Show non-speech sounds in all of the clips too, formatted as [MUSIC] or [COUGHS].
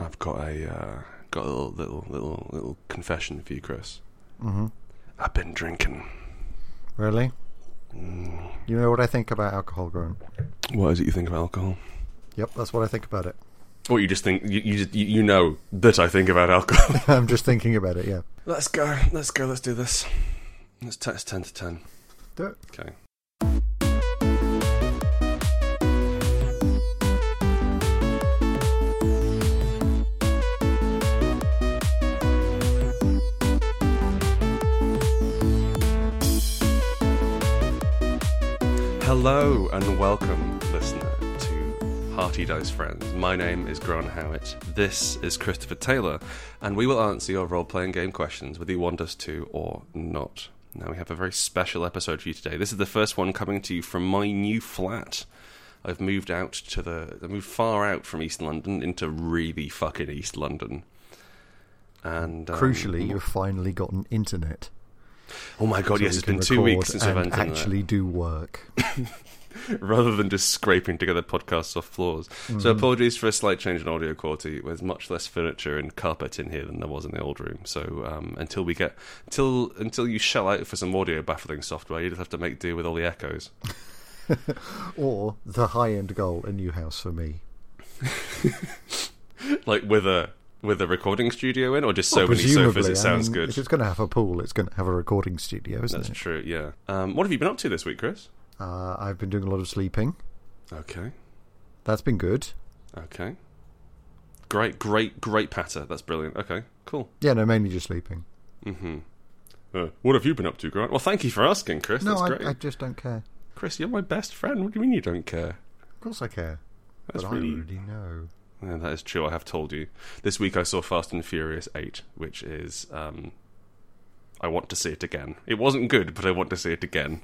I've got a uh, got a little little little little confession for you, Chris. Mm-hmm. I've been drinking. Really? Mm. You know what I think about alcohol, Gordon? What is it you think of alcohol? Yep, that's what I think about it. [LAUGHS] Or you just think you you, just, you you know that I think about alcohol. I'm just thinking about it. Yeah. let's go. Let's go. Let's do this. It's, t- it's ten to ten. Do it. Okay. Hello and welcome, listener, to Hearty Dice Friends. My name is Grant Howitt. This is Christopher Taylor, and we will answer your role playing game questions, whether you want us to or not. Now, we have a very special episode for you today. This is the first one coming to you from my new flat. I've moved out to the. I moved far out from East London into really fucking East London. And um, Crucially, you've finally gotten internet. oh my god, so yes, you it's can been two record weeks since I've and had internet. actually do work. [COUGHS] rather than just scraping together podcasts off floors. Mm-hmm. So apologies for a slight change in audio quality. There's much less furniture and carpet in here than there was in the old room. So um, until we get until until you shell out for some audio baffling software, you just have to make do with all the [LAUGHS] echoes. or the high-end goal, a new house for me. Like with a with a recording studio in, or just so Well, many sofas presumably, it I sounds mean, If good. it's going to have a pool, it's going to have a recording studio, isn't That's it? true. Yeah. Um, what have you been up to this week, Chris? Uh, I've been doing a lot of sleeping. Okay. That's been good. Okay. Great, great, great patter. That's brilliant. Okay, cool. Yeah, no, mainly just sleeping. Mm-hmm. Uh, what have you been up to, Grant? Well, thank you for asking, Chris. no, That's I, great. I just don't care. Chris, you're my best friend. What do you mean you don't care? Of course, I care. That's but really. I already know. Yeah, that is true. I have told you. This week I saw Fast and Furious 8, which is. Um, I want to see it again. It wasn't good, but I want to see it again.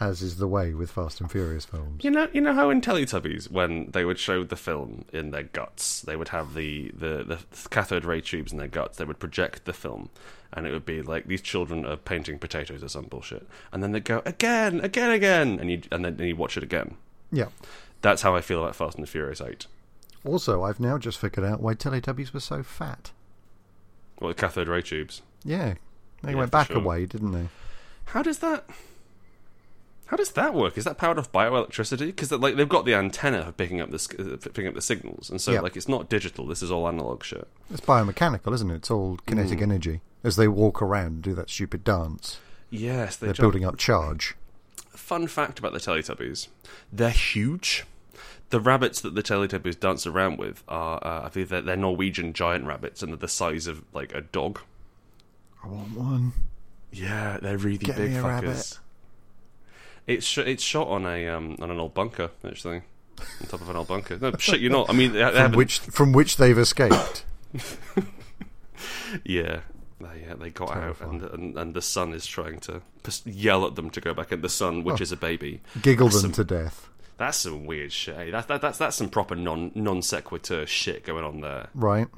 As is the way with Fast and Furious films. You know, you know how in Teletubbies, when they would show the film in their guts, they would have the, the, the cathode ray tubes in their guts. They would project the film, and it would be like these children are painting potatoes or some bullshit, and then they would go again, again, again, and you and then you watch it again. Yeah. That's how I feel about Fast and Furious Eight. Also, I've now just figured out why Teletubbies were so fat. Well, the cathode ray tubes. Yeah, they Yeah, went for back sure. a way, didn't they? How does that? How does that work? Is that powered off bioelectricity? Because like they've got the antenna for picking up the s- uh, for picking up the signals, and so Yeah. like it's not digital. This is all analog shit. It's biomechanical, isn't it? It's all kinetic energy. As they walk around and do that stupid dance, Yes, they they're jump. building up charge. Fun fact about the Teletubbies: they're huge. The rabbits that the Teletubbies dance around with are, uh, I believe, they're, they're Norwegian giant rabbits, and they're the size of like a dog. I want one. Yeah, they're really Get big me a fuckers. rabbit. It's sh- it's shot on a um on an old bunker actually, on top of an old bunker. [LAUGHS] No shit, you're not. I mean, they, they From haven't- which, from which [COUGHS] they've escaped. Yeah, they uh, they got Terrifying. out, and, and and the sun is trying to pers- yell at them to go back. And the sun, Oh. which is a baby, Giggle That's them some- to death. that's some weird shit. eh? That, that that's that's some proper non non sequitur shit going on there. Right?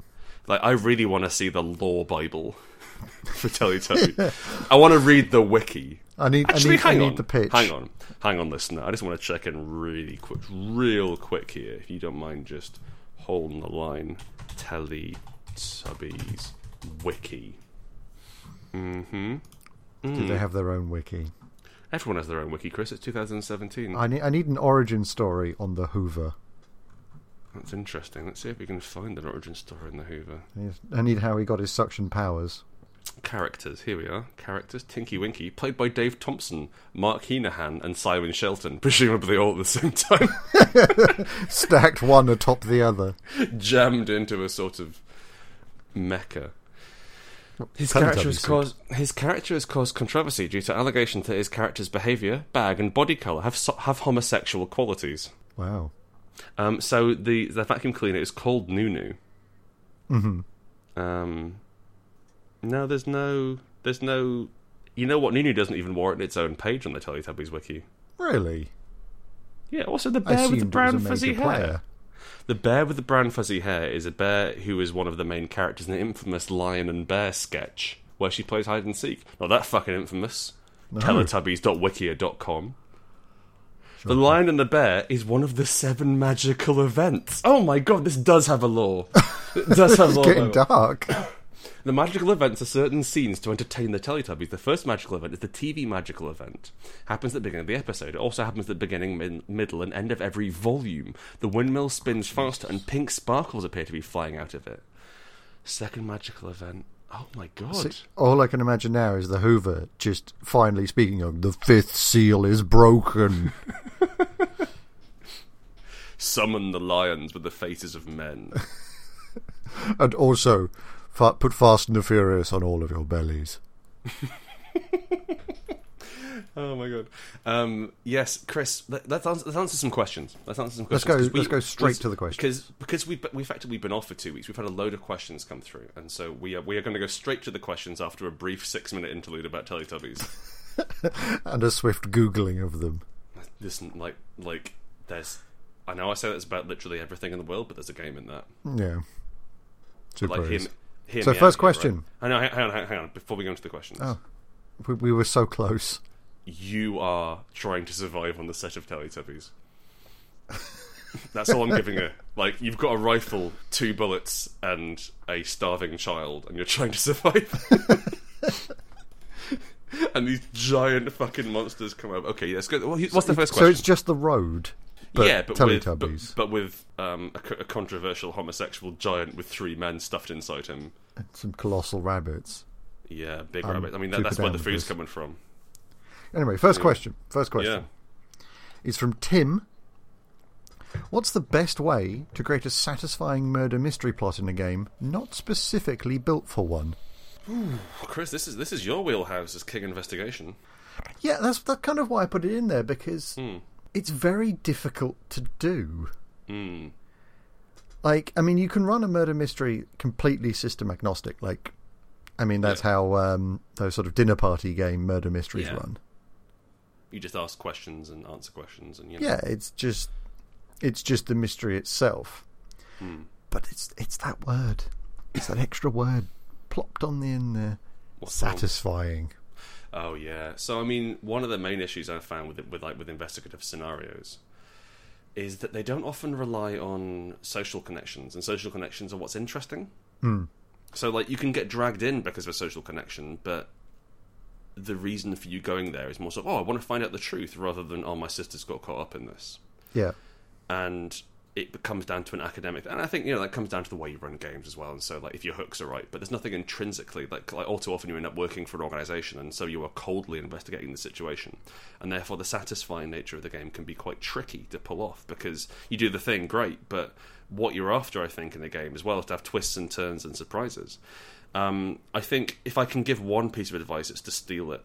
Like, I really want to see the law bible [LAUGHS] for Teletubbies. [LAUGHS] I want to read the wiki. I need. Actually, I need, hang I need on. the pitch. Hang on. Hang on, listener. I just want to check in really quick, real quick here, if you don't mind just holding the line. Teletubbies wiki. hmm Do they have their own wiki? Everyone has their own wiki, Chris. It's 2017. I need. I need an origin story on the Hoover. That's interesting. Let's see if we can find an origin story in the Hoover. I need, I need how he got his suction powers. [LAUGHS] Characters. Here we are. Characters. Tinky Winky, played by Dave Thompson, Mark Heenahan, and Simon Shelton, [LAUGHS] presumably all at the same time. [LAUGHS] Stacked one atop the other. jammed into a sort of mecca. His Teletubbies character, has suit. caused, his character has caused controversy due to allegations that his character's behaviour, bag, and body colour have so- have homosexual qualities. Wow. Um, so the the vacuum cleaner is called Nunu. Mm-hmm. Um, no, there's no, there's no. You know what? Nunu doesn't even warrant its own page on the Teletubbies wiki. Really? Yeah. Also, the I bear with the assumed it was a brown major fuzzy player. hair. The bear with the brown fuzzy hair is a bear who is one of the main characters in the infamous Lion and Bear sketch, where she plays hide and seek. Not that fucking infamous. Teletubbies.wikia.com. The Lion and the Bear is one of the seven magical events. Oh my god, this does have a law. It does have lore. Getting though. dark. The magical events are certain scenes to entertain the Teletubbies. The first magical event is the TV magical event. Happens at the beginning of the episode. It also happens at the beginning, min- middle, and end of every volume. The windmill spins faster, and pink sparkles appear to be flying out of it. Second magical event. Oh my god! See, all I can imagine now is the Hoover just finally speaking of the fifth seal [LAUGHS] is broken. Summon the lions with the faces of men. And also, fa- put Fast and the Furious on all of your bellies. oh my god! Um, yes, Chris. Let, let's, answer, let's answer some questions. Let's answer some Let's questions. go. 'cause we- let's go straight to the question. because because we've we effectively been off for two weeks, we've had a load of questions come through, and so we are we are going to go straight to the questions after a brief six minute interlude about Teletubbies. [LAUGHS] And a swift googling of them. Listen, like like there's, I know I say that's about literally everything in the world, but there's a game in that. Yeah. Like Surprise. hear me- hear So me out first here, question. Right? I know. Hang hang on, hang hang on. Before we go into the questions, Oh. we, we were so close. you are trying to survive on the set of Teletubbies. [LAUGHS] That's all I'm giving you. Like you've got a rifle, two bullets, and a starving child, and you're trying to survive. [LAUGHS] and these giant fucking monsters come up. Okay, let's go. Well, What's the first So it's question? just the road. But yeah, but Teletubbies. with but, but with um, a, co- a controversial homosexual giant with three men stuffed inside him. Some colossal rabbits. Yeah, big I'm rabbit. I mean, that, super that's where Um, down the with food's this. coming from. Anyway, first question. First Yeah. question. It's from Tim. What's the best way to create a satisfying murder mystery plot in a game not specifically built for one? Oh, Chris, this is this is your wheelhouse as King Investigation. Yeah, that's that's kind of why I put it in there because it's very difficult to do. Like, I mean, you can run a murder mystery completely system agnostic. Like, I mean, that's how um, those sort of dinner party game murder mysteries Yeah. run. you just ask questions and answer questions and you know. Yeah, it's just it's just the mystery itself. Hmm. But it's it's that word, it's that extra word plopped on the in there. What's the- Satisfying. oh yeah so i mean one of the main issues i've found with with like with investigative scenarios is that they don't often rely on social connections and social connections are what's interesting so like you can get dragged in because of a social connection but the reason for you going there is more so oh i want to find out the truth rather than oh my sister's got caught up in this Yeah. and it comes down to an academic and i think you know that comes down to the way you run games as well and so like if your hooks are right but there's nothing intrinsically like, like all too often you end up working for an organization and so you are coldly investigating the situation and therefore the satisfying nature of the game can be quite tricky to pull off because you do the thing great but what you're after i think in the game as well is to have twists and turns and surprises um, i think if i can give one piece of advice it's to steal it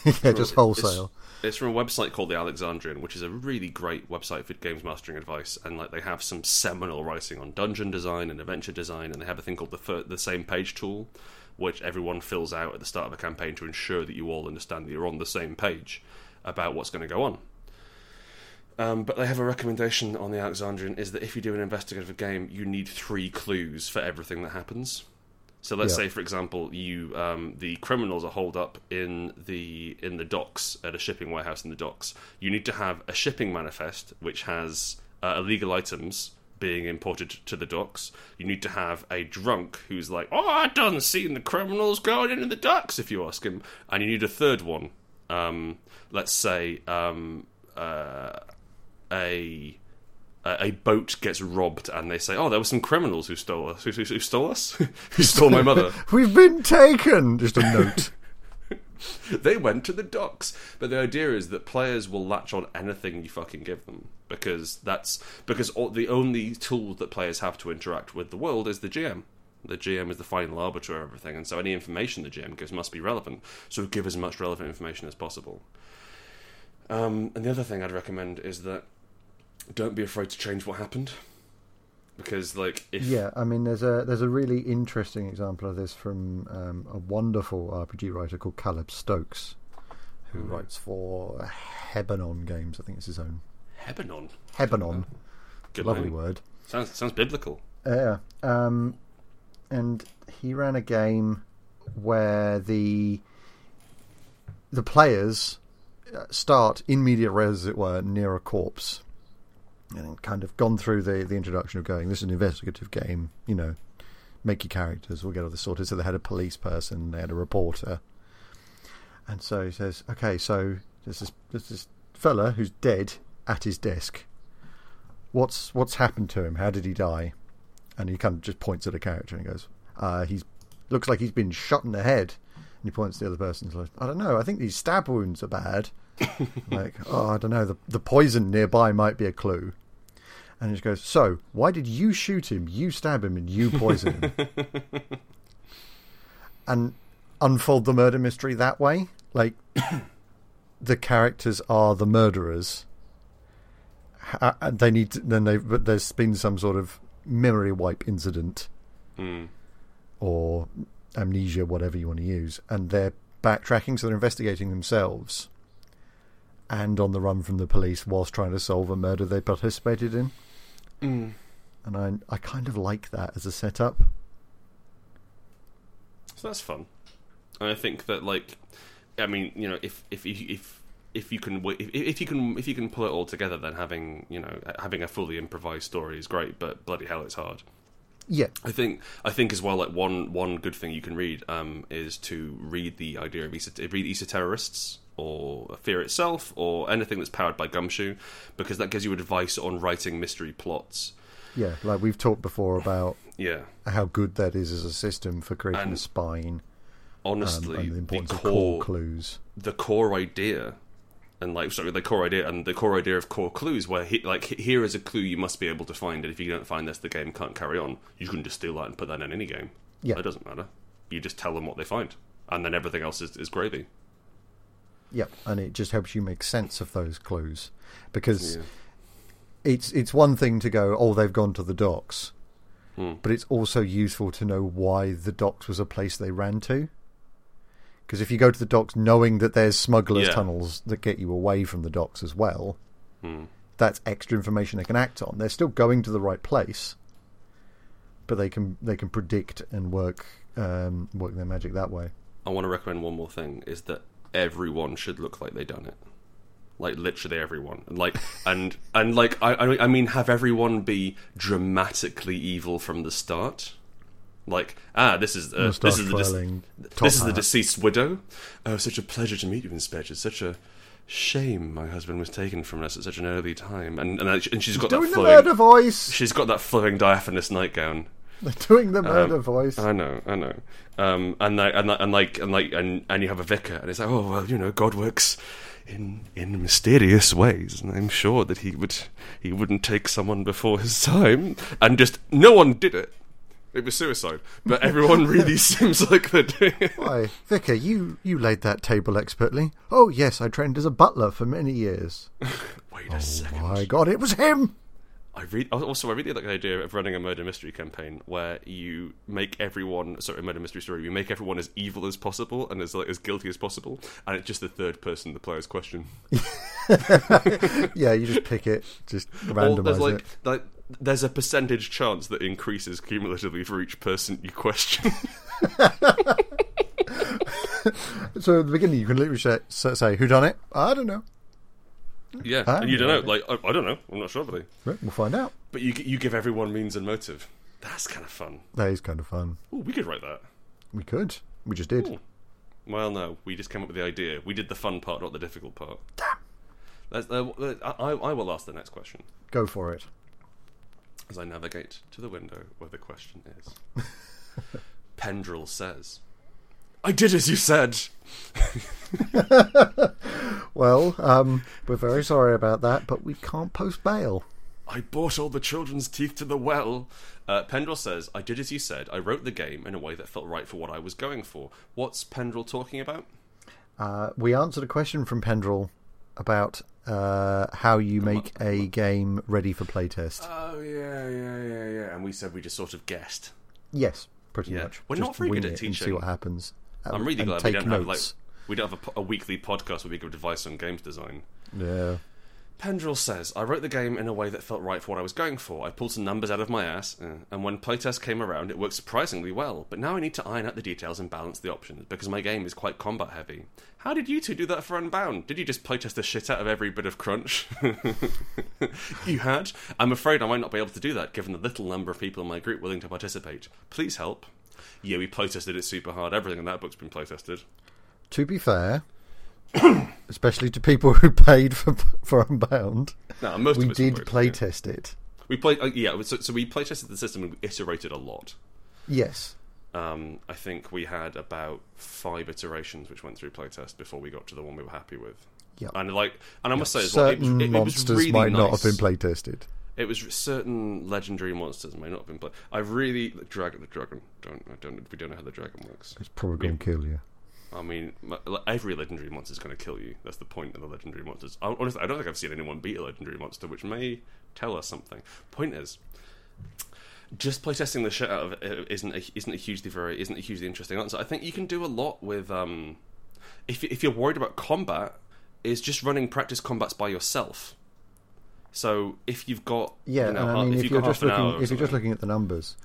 [LAUGHS] yeah, just wholesale. it's, it's from a website called The Alexandrian, which is a really great website for games mastering advice. And like they have some seminal writing on dungeon design and adventure design, and they have a thing called the fir- the same page tool, which everyone fills out at the start of a campaign to ensure that you all understand that you're on the same page about what's going to go on. Um, but they have a recommendation on the Alexandrian is that if you do an investigative game, you need three clues for everything that happens. So let's Yeah. say, for example, you um, the criminals are holed up in the in the docks at a shipping warehouse in the docks. You need to have a shipping manifest which has uh, illegal items being imported to the docks. You need to have a drunk who's like, "Oh, I done seen the criminals going into the docks," if you ask him, and you need a third one. Um, let's say um, uh, a a a boat gets robbed and they say, "Oh, there were some criminals who stole us. Who, who, who stole us? [LAUGHS] who stole my mother? We've been taken. Just a note. [LAUGHS] they went to the docks." But the idea is that players will latch on anything you fucking give them because that's because all, the only tool that players have to interact with the world is the GM. The GM is the final arbiter of everything, and so any information the GM gives must be relevant. So give as much relevant information as possible. Um, and the other thing I'd recommend is that don't be afraid to change what happened. Because like if [LAUGHS] Yeah, I mean, there's a there's a really interesting example of this from um, a wonderful RPG writer called Caleb Stokes, who Hmm. writes for Hebanon Games. I think it's his own Hebanon. Hebanon, Good lovely name. word. Sounds sounds biblical. Yeah, um, and he ran a game where the the players uh, start in media res, as it were, near a corpse, and kind of gone through the the introduction of going, this is an investigative game, you know, make your characters, we'll get all this sorted. So they had a police person, they had a reporter, and so he says, okay, so there's this there's this fella who's dead at his desk. What's what's happened to him? How did he die? And he kind of just points at a character and goes, uh, he's looks like he's been shot in the head. And he points to the other person. He's like, I don't know. I think these stab wounds are bad. like, oh, I don't know. The, the poison nearby might be a clue. And he just goes, So, why did you shoot him? You stab him and you poison him. and unfold the murder mystery that way. Like, [COUGHS] the characters are the murderers. Ha- and they need to, then they but there's been some sort of memory wipe incident Mm. or amnesia, whatever you want to use, and they're backtracking, so they're investigating themselves and on the run from the police whilst trying to solve a murder they participated in. Mm. And I, I kind of like that as a setup. So that's fun. And I think that, like, I mean, you know, if if you- if if you can wi- if, if you can if you can pull it all together, then having you know having a fully improvised story is great. But bloody hell, it's hard. Yeah, I think I think as well like one one good thing you can read um, is to read the idea of Easter, read Easter terrorists or Fear itself or anything that's powered by Gumshoe because that gives you advice on writing mystery plots. yeah. Like we've talked before about Yeah, how good that is as a system for creating a And spine um, honestly, and the importance the of core core clues. the core idea and like sorry the core idea and the core idea of core clues where he, like he- here is a clue you must be able to find it if you don't find this the game can't carry on you can just steal that and put that in any game Yeah. it doesn't matter you just tell them what they find and then everything else is, is gravy Yep, and it just helps you make sense of those clues because Yeah. it's it's one thing to go, oh, they've gone to the docks, Hmm. but it's also useful to know why the docks was a place they ran to. Because if you go to the docks knowing that there's smugglers' Yeah. tunnels that get you away from the docks as well, Hmm. that's extra information they can act on. They're still going to the right place, but they can they can predict and work um, work their magic that way. I want to recommend one more thing is that everyone should look like they done it. Like literally everyone, and like [LAUGHS] and and like I- I I mean have everyone be dramatically evil from the start, like ah this is uh, Moustache this is the dis- twirling, top this is the hat. deceased widow. Oh, such a pleasure to meet you, Inspector. Such a shame my husband was taken from us at such an early time, and and, and she's got Doing that the flowing murder voice. she's got that flowing diaphanous nightgown. They're [LAUGHS] doing the murder Um, voice. I know, I know. Um, and like, and like, and like, and like, and, and you have a vicar, and it's like, oh well, you know, God works in in mysterious ways, and I'm sure that he would he wouldn't take someone before his time, and just no one did it. It was suicide, but everyone really [LAUGHS] seems like they're doing it. Why, Vicar, you, you laid that table expertly. Oh, yes, I trained as a butler for many years. Wait a second. My God, it was him! [LAUGHS] I read also I really like the idea of running a murder mystery campaign where you make everyone sorry a murder mystery story you make everyone as evil as possible and as like as guilty as possible and it's just the third person the players question. Yeah, you just pick it, [LAUGHS] just Or randomize there's like it. like there's a percentage chance that increases cumulatively for each person you question. So at the beginning, you can literally say, so- say who done it? I don't know. [LAUGHS] yeah, Ah, and you don't know. Like I, I don't know. I'm not sure really. Right, We'll find out. But you you give everyone means and motive. That's kind of fun. That is kind of fun. Ooh, we could write that. We could. We just did. Well, no, we just came up with the idea. We did the fun part, not the difficult part. That's, uh, I, I will ask the next question Go for it. as I navigate to the window where the question is. [LAUGHS] Pendril says, "I did as you said." Well, um, we're very sorry about that, but we can't post bail. I brought all the children's teeth to the well. Uh, Pendril says, "I did as you said. I wrote the game in a way that felt right for what I was going for." What's Pendril talking about? Uh, we answered a question from Pendrel about uh, how you make a game ready for playtest. Oh yeah, yeah, yeah, yeah. And we said we just sort of guessed. Yes, pretty Yeah. much. We're Just not very wing good at it and see teaching. what happens. And- I'm really and glad we take don't notes. have like we don't have a, po- a weekly podcast where we give advice on games design. Yeah, Pendrell says, I wrote the game in a way that felt right for what I was going for. I pulled some numbers out of my ass, uh, and when playtest came around, it worked surprisingly well. But now I need to iron out the details and balance the options, because my game is quite combat heavy. How did you two do that for Unbound? Did you just playtest the shit out of every bit of crunch? [LAUGHS] you had? I'm afraid I might not be able to do that, given the little number of people in my group willing to participate. Please help. Yeah, we playtested it super hard. Everything in that book's been playtested. To be fair, [COUGHS] especially to people [LAUGHS] who paid for for Unbound, No, most we of it's did worked, yeah. playtest it. We played, uh, yeah. So, so we playtested the system and we iterated a lot. Yes. Um, I think we had about five iterations which went through playtest before we got to the one we were happy with. Yep. And like, and I must say, as well, it, was- Certain it, it was monsters really might nice. not have been playtested. It was certain legendary monsters may not have been played. I really the dragon, the dragon. Don't I don't we don't know how the dragon works. It's probably going to kill you. I mean, m- like, every legendary monster is going to kill you. That's the point of the legendary monsters. I, honestly, I don't think I've seen anyone beat a legendary monster, which may tell us something. Point is, just playtesting the shit out of it isn't a, isn't a hugely very isn't a hugely interesting answer. I think you can do a lot with um, if if you're worried about combat, is just running practice combats by yourself. So if you've got Yeah, you know, and I half- mean, if if, you've you're got just half an hour or looking, if you're just something- looking at the numbers,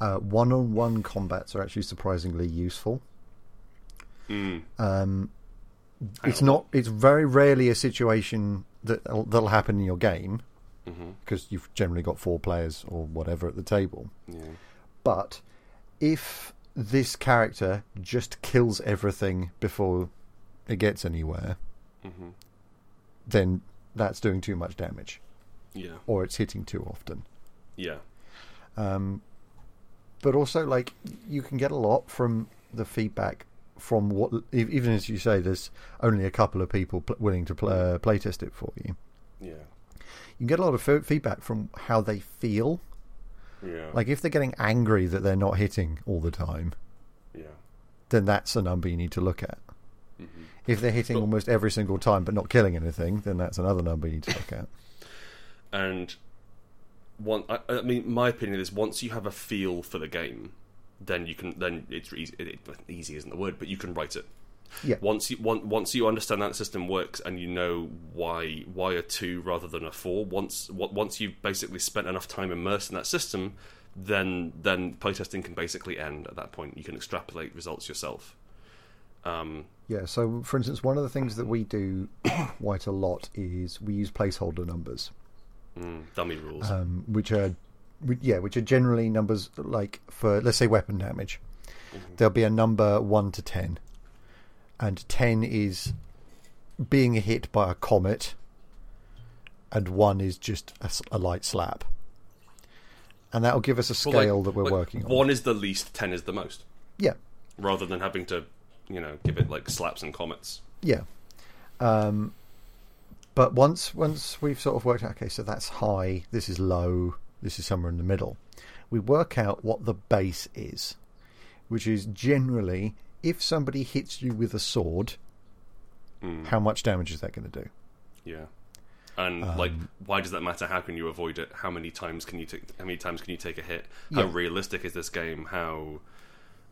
uh, one-on-one combats are actually surprisingly useful. Hmm. Um, it's not. It's very rarely a situation that that'll happen in your game Mm-hmm. because you've generally got four players or whatever at the table. yeah. But if this character just kills everything before it gets anywhere, Mm-hmm. then that's doing too much damage yeah, or it's hitting too often. yeah, Um, but also, like, you can get a lot from the feedback from what, e- even as you say, there's only a couple of people pl- willing to pl- uh, playtest it for you. yeah, You can get a lot of f- feedback from how they feel. yeah, Like, if they're getting angry that they're not hitting all the time, yeah, then that's a number you need to look at. If they're hitting almost every single time but not killing anything, then that's another number you need to look at. and one I, I mean my opinion is once you have a feel for the game then you can then it's easy it, it, easy isn't the word but you can write it Yeah. once you once, once you understand that the system works and you know why why a 2 rather than a 4 once on- once you've basically spent enough time immersed in that system then then playtesting can basically end at that point you can extrapolate results yourself um [COUGHS] Yeah, so for instance, one of the things that we do [COUGHS] quite a lot is we use placeholder numbers. mm, dummy rules um, which are whi- yeah, which are generally numbers like for let's say weapon damage. Mm-hmm. There'll be a number one to ten, and ten is being hit by a comet, and one is just a, s- a light slap, and that'll give us a Well, like- scale that we're like, working on. one is the least 10 is the most Yeah, rather than having to you know give it like slaps and comments yeah. Um, but once once we've sort of worked out, okay, so that's high, this is low, this is somewhere in the middle. We work out what the base is, which is generally if somebody hits you with a sword, Hmm. how much damage is that going to do? Yeah. And like, why does that matter? How can you avoid it? How many times can you take? How many times can you take a hit? How Yeah. realistic is this game? How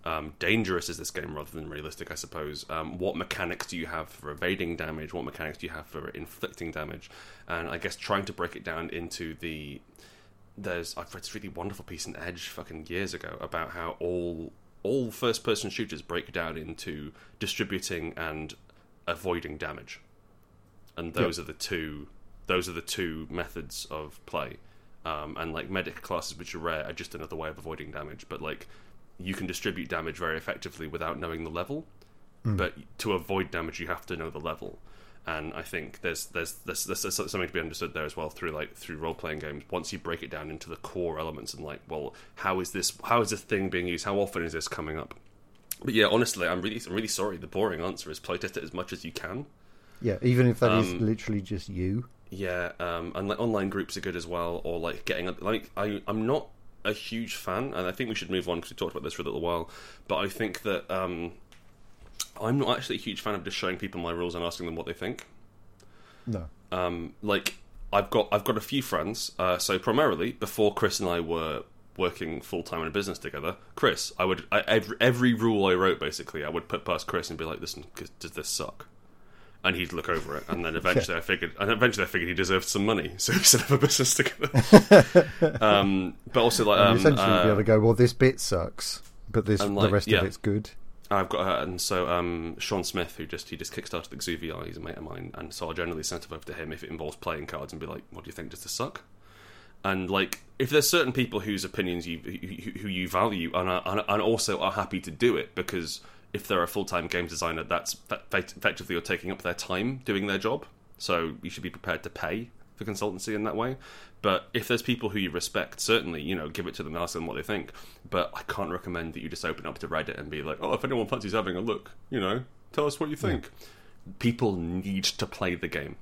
um, dangerous is this game? Rather than realistic, I suppose. Um, what mechanics do you have for evading damage? What mechanics do you have for inflicting damage? And I guess trying to break it down into the there's I've read this really wonderful piece in Edge fucking years ago about how all all first person shooters break down into distributing and avoiding damage and those are the two those are the two methods of play um, and like medic classes which are rare are just another way of avoiding damage but like you can distribute damage very effectively without knowing the level but to avoid damage you have to know the level and i think there's there's there's, there's, there's something to be understood there as well through like through role playing games once you break it down into the core elements and like well how is this how is this thing being used how often is this coming up but yeah honestly i'm really i'm really sorry the boring answer is playtest it as much as you can Yeah, even if that is Um, literally just you. yeah, um, and like online groups are good as well, or like getting like I I'm not a huge fan, and I think we should move on because we talked about this for a little while. But I think that um, I'm not actually a huge fan of just showing people my rules and asking them what they think. No. Um, like I've got I've got a few friends. Uh, so primarily before Chris and I were working full time in a business together, Chris, I would I, every every rule I wrote basically I would put past Chris and be like, listen, 'cause- does this suck? and he'd look over it. And [LAUGHS] then eventually, I figured, and eventually, I figured he deserved some money, [LAUGHS] so he set up a business together. [LAUGHS] um, but also, like, And um, essentially, you'd uh, be able to go, well, this bit sucks, but this And, the like, rest yeah. of it's good. I've got uh, and so um, Sean Smith, who just he just kickstarted the Xuvii, he's a mate of mine, and so I'll generally send stuff over to him if it involves playing cards and be like, "What do you think? Does this suck?" And like, if there's certain people whose opinions you who who you value and are, and- and also are happy to do it because if they're a full time game designer, that's fe- fe- effectively you're taking up their time doing their job. So you should be prepared to pay for consultancy in that way. But if there's people who you respect, certainly you know give it to them and ask them what they think. But I can't recommend that you just open up to Reddit and be like, oh, if anyone fancies having a look, you know, tell us what you think. People need to play the game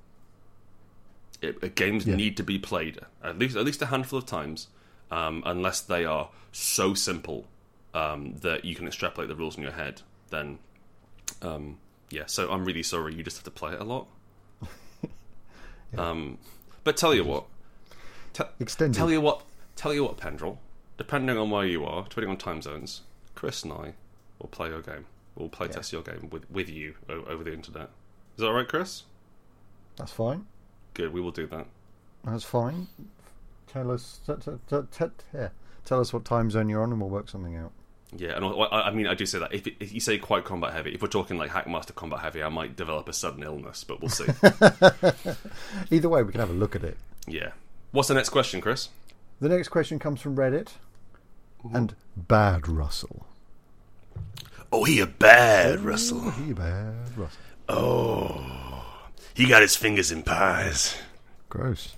it, uh, games need to be played at least at least a handful of times, um, unless they are so simple um, that you can extrapolate the rules in your head. Then, um, yeah. So I'm really sorry. You just have to play it a lot. um, but tell you what, te- Extended. tell you what, tell you what, Pendrel. Depending on where you are, depending on time zones, Chris and I will play your game. We'll play test your game with with you o- over the internet. Is that all right, Chris? That's fine. Good. We will do that. That's fine. Tell us, t- t- t- t- yeah. tell us what time zone you're on, and we'll work something out. Yeah, and I, I mean, I do say that if, if you say quite combat heavy, if we're talking like Hackmaster combat heavy, I might develop a sudden illness, but we'll [LAUGHS] see. Either way, we can have a look at it. yeah. What's the next question, Chris? The next question comes from Reddit, and Bad Russell. Oh, he a bad Russell. Hey, Bad Russell. Oh, he got his fingers in pies. Gross.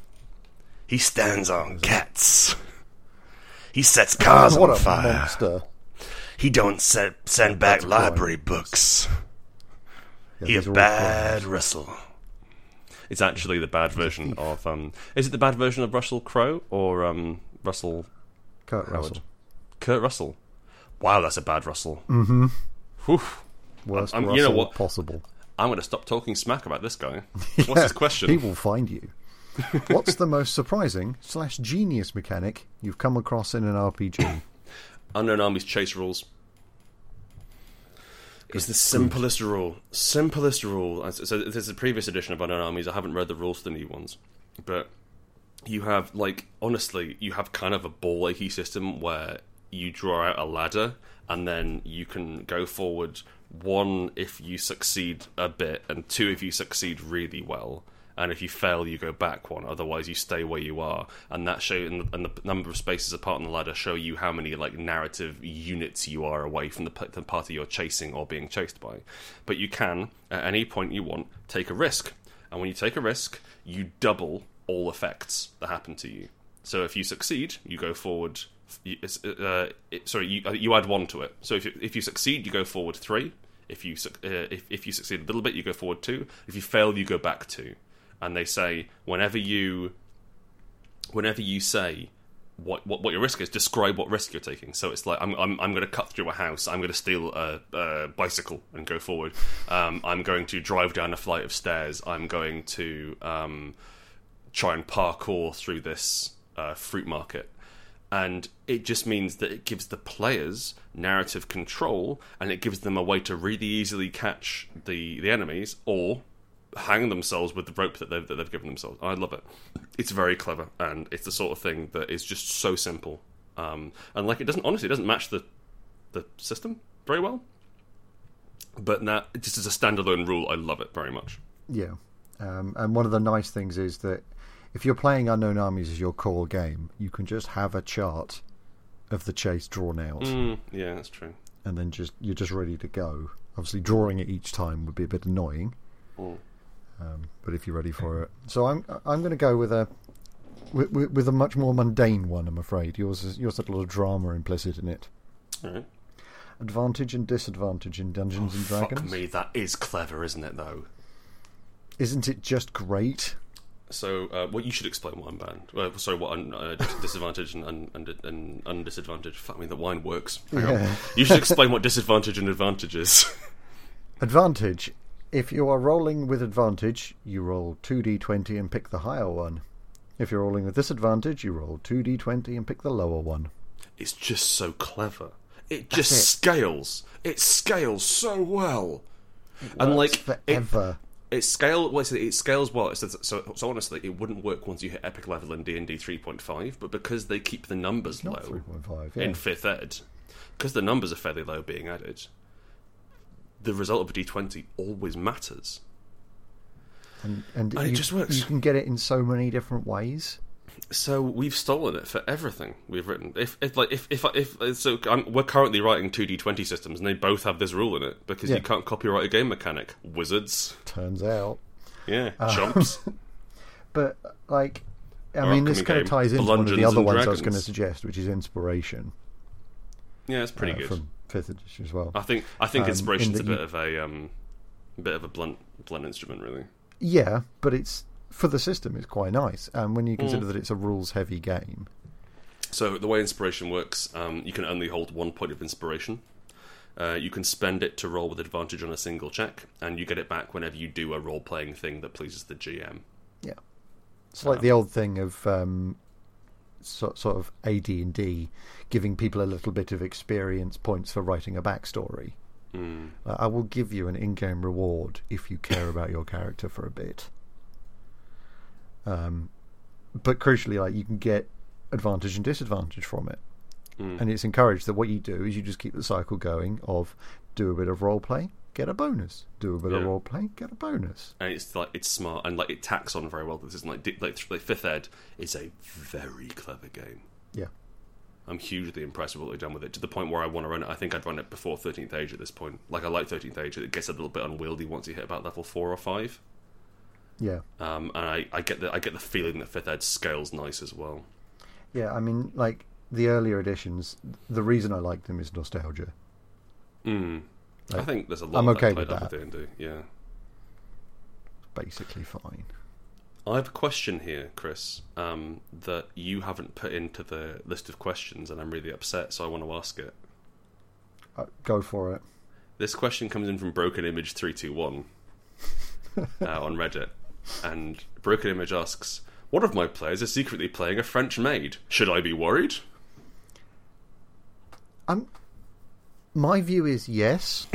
He stands on cats. He sets cars What a monster. He don't set, send back library books. Yeah, He a these are all bad Russell. It's actually the bad [LAUGHS] version of um. Is it the bad version of Russell Crowe or um Russell Kurt Russell. Howard. Kurt Russell. Wow, that's a bad Russell. Mm. Mm-hmm. Whew. Worst I'm- Russell you know what? possible. I'm going to stop talking smack about this [LAUGHS] guy. What's his question? He will find you. What's the most surprising slash genius mechanic you've come across in an RPG? Unknown Army's chase rules. It's the simplest rule. Simplest rule. As- So this is the previous edition of Unknown Armies. I haven't read the rules for the new ones, but you have like honestly, you have kind of a ball achy system where you draw out a ladder and then you can go forward one if you succeed a bit and two if you succeed really well. And if you fail, you go back one. Otherwise, you stay where you are, and that show and the, and the number of spaces apart on the ladder show you how many like narrative units you are away from the, p- the party you're chasing or being chased by. But you can at any point you want take a risk, and when you take a risk, you double all effects that happen to you. So if you succeed, you go forward. You, it's, uh, it, sorry, you, uh, you add one to it. So if you, if you succeed, you go forward three. If you suc- uh, if, if you succeed a little bit, you go forward two. If you fail, you go back two. And they say whenever you whenever you say what, what what your risk is, describe what risk you're taking. So it's like I'm I'm, I'm going to cut through a house. I'm going to steal a, a bicycle and go forward. Um, I'm going to drive down a flight of stairs. I'm going to um, try and parkour through this uh, fruit market. And it just means that it gives the players narrative control and it gives them a way to really easily catch the, the enemies or hang themselves with the rope that they've, that they've given themselves. I love it. It's very clever and it's the sort of thing that is just so simple. Um, and like it doesn't, honestly, it doesn't match the, the system very well. But that just as a standalone rule, I love it very much. Yeah. Um, and one of the nice things is that if you're playing Unknown Armies as your core game, you can just have a chart of the chase drawn out Mm, yeah, that's true. and then just you're just ready to go. Obviously, drawing it each time would be a bit annoying, Mm. um, but if you're ready for it, so I'm I'm going to go with a with, with with a much more mundane one. I'm afraid yours is, yours had a lot of drama implicit in it. All right. Advantage and disadvantage in Dungeons and Dragons. Oh, Fuck me, that is clever, isn't it? Though. Isn't it just great? So, uh, well, you should explain what unbanned. Uh, sorry, what un, uh, dis- disadvantage and, un, and, and undisadvantage. Fuck me, the wine works. Hang on. Yeah. You should explain what disadvantage and advantage is. Advantage. If you are rolling with advantage, you roll 2d20 and pick the higher one. If you're rolling with disadvantage, you roll 2d20 and pick the lower one. [LAUGHS] it's just so clever. It just scales. It scales so well. and like it- Forever. It scale well, it's- it scales well. It's, it's- so, so honestly, it wouldn't work once you hit epic level in D and D three point five. But because they keep the numbers Not low 3.5. in Yeah. fifth ed, because the numbers are fairly low being added, the result of a D twenty always matters. And, and, and it you- just works. You can get it in so many different ways. So we've stolen it for everything we've written. If, if like if if, if so, I'm, we're currently writing two D twenty systems, and they both have this rule in it because Yeah. you can't copyright a game mechanic. Wizards, Turns out. yeah, Uh, chumps. [LAUGHS] But like, I Our mean, this upcoming kind of game, ties into one of the Bludgeons other and ones I was going to Dragons. suggest, which is inspiration yeah, it's pretty uh, good. Ah. from fifth edition as well. I think I think um, inspiration's in a that you- bit of a um, bit of a blunt blunt instrument, really. Yeah, but it's for the system. It's quite nice, and when you consider Mm. that it's a rules-heavy game, So the way inspiration works, um, you can only hold one point of inspiration. Uh, you can spend it to roll with advantage on a single check, and you get it back whenever you do a role playing thing that pleases the GM. yeah, it's like the old thing of um, so, sort of AD and D giving people a little bit of experience points for writing a backstory. Uh, I will give you an in-game reward if you care about your character for a bit. Um, but crucially, like you can get advantage and disadvantage from it, and it's encouraged that what you do is you just keep the cycle going of do a bit of role play, get a bonus, do a bit of Yeah. role play, get a bonus. and it's like it's smart and like it tacks on very well. This isn't like di- like, like Fifth Ed is a very clever game. Yeah, I'm hugely impressed with what they've done with it to the point where I want to run it. I think I'd run it before 13th Age at this point. Like I like 13th Age; it gets a little bit unwieldy once you hit about level four or five. yeah, Um, and I, I get the I get the feeling that Fifth Ed scales nice as well. yeah. I mean, like the earlier editions, the reason I like them is nostalgia. Mm. I Like, think there's a lot. I'm of okay that played with up with D&D. Yeah, Basically, fine. I have a question here, Chris, um, that you haven't put into the list of questions, and I'm really upset. So I want to ask it. Uh, go for it. This question comes in from Broken Image three two [LAUGHS] one uh, on Reddit, and Broken Image asks, "One of my players is secretly playing a French maid. Should I be worried?" I'm. My view is yes,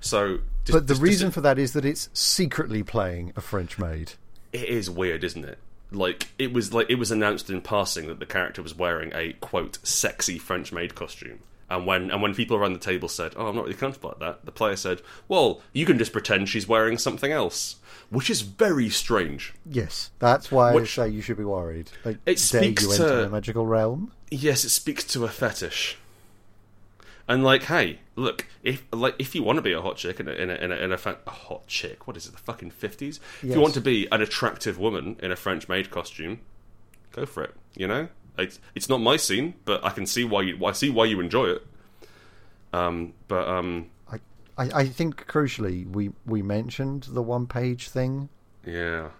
So, just- but the just- just- reason for that is that it's secretly playing a French maid. it is weird, isn't it? Like it was like it was announced in passing that the character was wearing a quote sexy French maid costume. And when and when people around the table said, "Oh, I'm not really comfortable like that," the player said, "Well, you can just pretend she's wearing something else," which is very strange. Yes, that's why Which- I say you should be worried. Like, It dare you speaks enter to- the magical realm? yes, it speaks to a fetish. And like, hey, look, if like if you want to be a hot chick in a in a in a, in a, fa- a hot chick, what is it, the fucking fifties? If Yes. you want to be an attractive woman in a French maid costume, go for it. You know, it's it's not my scene, but I can see why you I see why you enjoy it. Um, but um, I, I, I think crucially we we mentioned the one page thing yeah,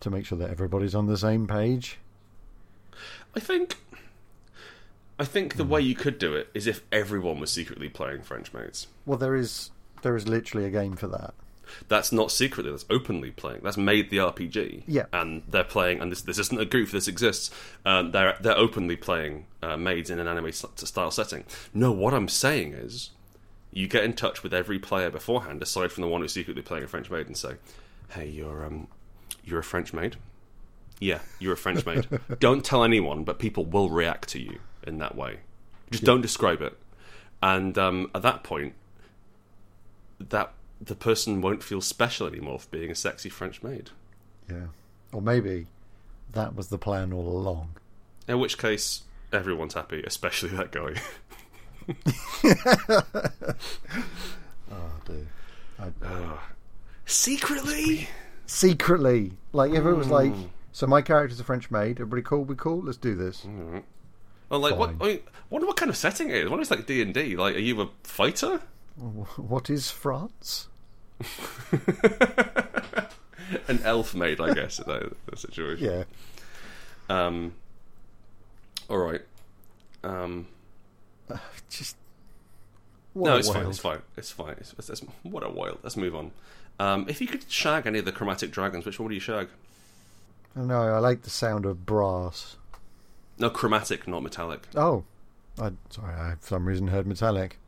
to make sure that everybody's on the same page. I think. I think the way you could do it is if everyone was secretly playing French maids. Well, there is there is literally a game for that. that's not secretly that's openly playing that's made the rpg Yeah. and they're playing and this this isn't a goof this exists um, they're they're openly playing uh, maids in an anime s- style setting no what i'm saying is you get in touch with every player beforehand aside from the one who's secretly playing a french maid and say hey you're um you're a french maid yeah you're a french maid don't tell anyone but people will react to you in that way just don't describe it and um, at that point that the person won't feel special anymore for being a sexy French maid. Yeah, or maybe that was the plan all along. In which case, everyone's happy, especially that guy. [LAUGHS] Oh, dude. Ah. Secretly? Secretly, like if it was like, Hmm. so my character's a French maid. Everybody cool? We cool? Let's do this. Hmm. Well, like, what, Fine. I mean, wonder what kind of setting it is. What is like D and D? Like, are you a fighter? [LAUGHS] What is France? An elf maid, I guess, is that the situation. Yeah. Um. All right. Um. Just what no, a it's fine. world. It's fine. It's fine. It's, it's, it's- what a wild. Let's move on. Um, if you could shag any of the chromatic dragons, which one would you shag? I know. I like the sound of brass. No, chromatic, not metallic. Oh, I sorry. I for some reason heard metallic.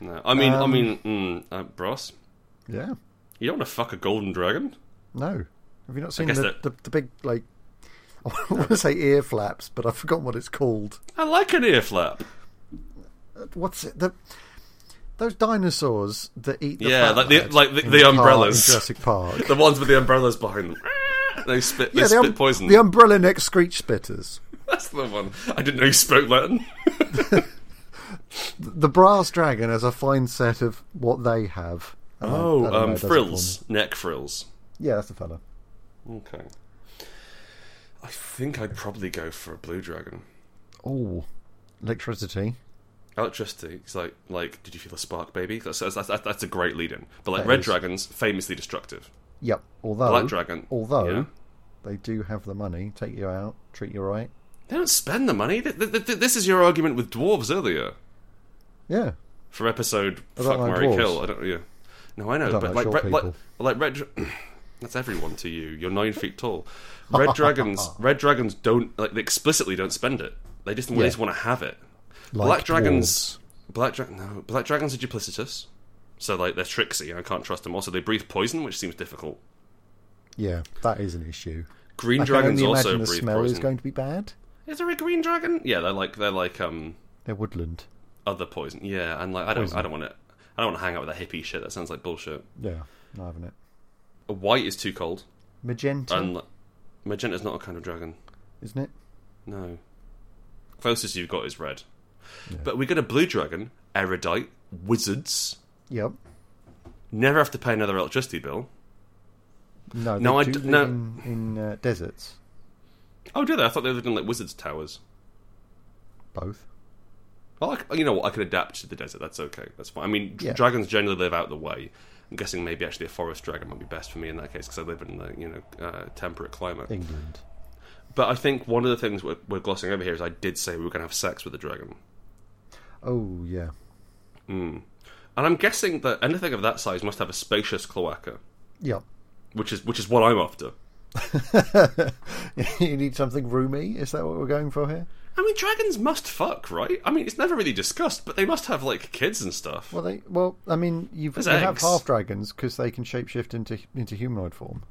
No, I mean, I Um, mean, mm, uh, brass. Yeah, You don't want to fuck a golden dragon. No. Have you not seen guess the, that- the, the big, like, [LAUGHS] I want to say ear flaps, but I've forgotten what it's called. Uh, I like an ear flap. What's it? The, those dinosaurs that eat the Yeah, fat like the- lad like the- in the car in umbrellas. Jurassic Park. The ones with the umbrellas behind [LAUGHS] them. They spit. They yeah, the, spit um- poison. the umbrella neck screech spitters. [LAUGHS] That's the one. I didn't know you spoke [LAUGHS] Latin. The brass dragon has a fine set of what they have. And I- I Oh, don't know, it um, doesn't frills, neck frills. form- Yeah, that's the fella. Okay. I think I'd probably go for a blue dragon. Oh, electricity. Electricity. It's like, like, did you feel a spark, baby? That's that's, that's, that's a great lead-in. But like, That red is. dragons famously destructive. Yep. Although, Black dragon. although Yeah. they do have the money, take you out, treat you right. They don't spend the money. Th- th- th- This is your argument with dwarves earlier Yeah. for episode don't fuck like Mary dwarves. kill. I don't. Yeah. No, I know, don't but like like, short red, like, people. like red. dra- [CLEARS THROAT] That's everyone to you. You're nine feet [LAUGHS] tall. Red dragons. Red dragons don't like. They explicitly don't spend it. They just, they Yeah. just want to have it. Like black dragons. Black dragon. No, black dragons are duplicitous. So like they're tricksy, and I can't trust them. Also, they breathe poison, which seems difficult. Yeah, that is an issue. Green I can dragons only also imagine the breathe smell poison. is going to be bad. Is there a green dragon? Yeah, they're like they're like um They're woodland. other poison. Yeah, and like I don't I don't want to I don't want to hang out with that hippie shit. That sounds like bullshit. Yeah, not having it. White is too cold, Magenta, and magenta's not a kind of dragon. isn't it? No, closest you've got is red. But we get a blue dragon, erudite, wizards. Yep. Never have to pay another electricity bill. No, No, they I do d- live no. in, in uh, deserts. Oh, do they? I thought they lived in like wizards' towers. Both. Well, I c you know what? I can adapt to the desert. That's okay. That's fine. I mean, dr- Yeah. dragons generally live out the way. I'm guessing maybe actually a forest dragon might be best for me in that case because I live in the you know uh, temperate climate. England. But I think one of the things we're, we're glossing over here is I did say we were going to have sex with a dragon, Oh yeah. and I'm guessing that anything of that size must have a spacious cloaca, Yep. which is which is what I'm after. [LAUGHS] you need something roomy. Is that what we're going for here? I mean, dragons must fuck, right? I mean, it's never really discussed, but they must have like kids and stuff. Well, they. Well, I mean, you've, There's you have eggs. half dragons because they can shapeshift into into humanoid form.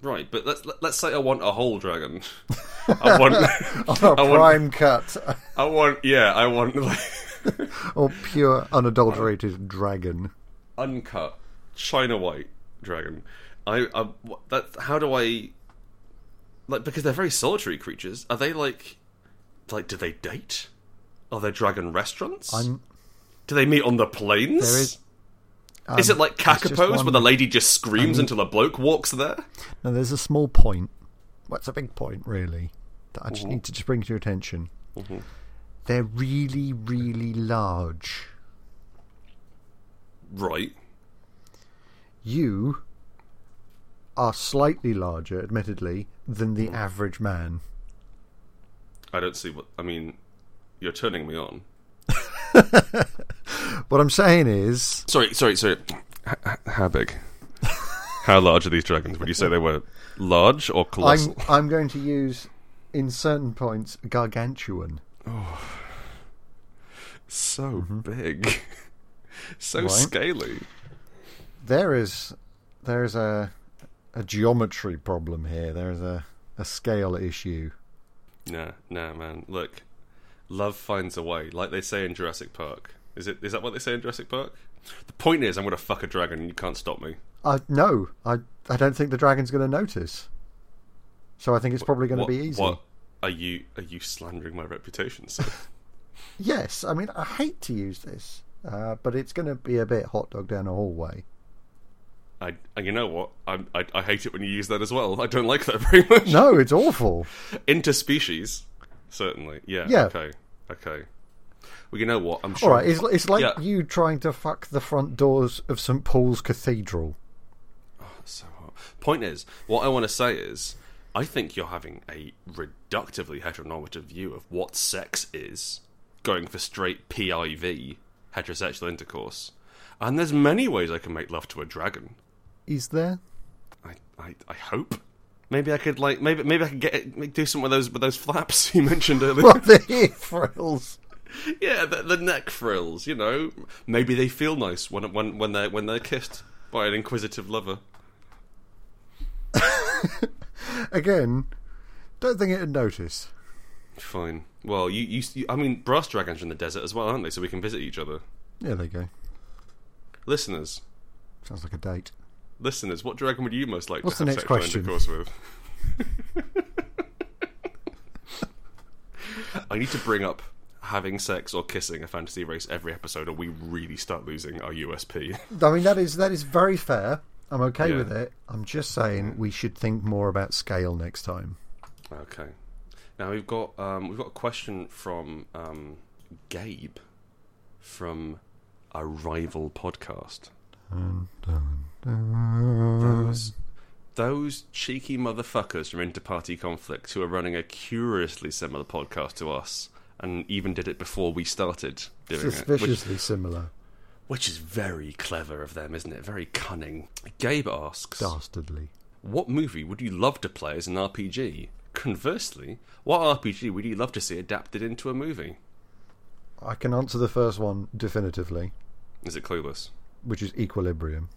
Right, but let's let- let's say I want a whole dragon. I want, [LAUGHS] Oh, [LAUGHS] I want, prime cut [LAUGHS] I want, yeah, I want like. [LAUGHS] or pure unadulterated dragon. uncut China white dragon. I, I wh- that how do I like because they're very solitary creatures. Are they like like do they date? Are there dragon restaurants? I'm- do they meet on the plains? There is- um, Is it like there's just Kakapos one- where the lady just screams until a bloke walks there? Now, there's a small point. Well, it's a big point, really. That I just Mm-hmm. need to just bring to your attention. They're really, really large. Right. You are slightly larger, admittedly, than Mm. the average man. I don't see what I mean. You're turning me on. What I'm saying is, Sorry, sorry, sorry. H- h- how big? [LAUGHS] how large are these dragons? Would you say they were large or I'm colossal? I'm going to use, in certain points, gargantuan. so big, [LAUGHS] so Mm-hmm. Right. scaly. There is there is a a geometry problem here. There is a a scale issue. Nah, nah, man. Look, love finds a way, like they say in Jurassic Park. Is it? Is that what they say in Jurassic Park? The point is, I'm gonna fuck a dragon, and you can't stop me. I no, I I don't think the dragon's going to notice. So I think it's probably going to What- be easy. What are you? Are you slandering my reputation? [LAUGHS] Sir? Yes, I mean I hate to use this, uh, but it's going to be a bit hot dog down a hallway. I, and you know what? I, I I hate it when you use that as well. I don't like that [LAUGHS] very much. No, it's awful. Interspecies, certainly. Yeah. Yeah. Okay. Okay. Well, you know what? I'm All sure. right, it's it's like Yeah. you trying to fuck the front doors of St Paul's Cathedral. So hot. Point is, what I want to say is, I think you're having a reductively heteronormative view of what sex is, going for straight PIV, heterosexual intercourse. And there's many ways I can make love to a dragon. Is there? I, I, I hope. Maybe I could like maybe maybe I could get it, do some with those with those flaps [LAUGHS] you mentioned earlier. But the ear [LAUGHS] frills. yeah, the, the neck frills. You know, maybe they feel nice when when when they are when they're kissed By an inquisitive lover. Again, don't think it'd notice. Fine. Well, you, you, you. I mean, brass dragons are in the desert as well, aren't they? So we can visit each other. Yeah, there you go. Listeners, Sounds like a date. listeners, what dragon would you most like What's to the have next sexual question? intercourse with? [LAUGHS] I need to bring up having sex or kissing a fantasy race every episode, or we really start losing our USP. I mean, that is that is very fair. I'm okay Yeah. with it. I'm just saying we should think more about scale next time. okay. Now we've got um, we've got a question from um, Gabe from a rival podcast. Dun, dun, dun. Those, those cheeky motherfuckers from Inter-Party Conflict who are running a curiously similar podcast to us and even did it before we started doing it. Which, Suspiciously similar, which is very clever of them, isn't it? Very cunning. Gabe asks, dastardly. what movie would you love to play as an RPG? Conversely, what RPG would you love to see adapted into a movie? I can answer the first one definitively, Is it Clueless? which is equilibrium.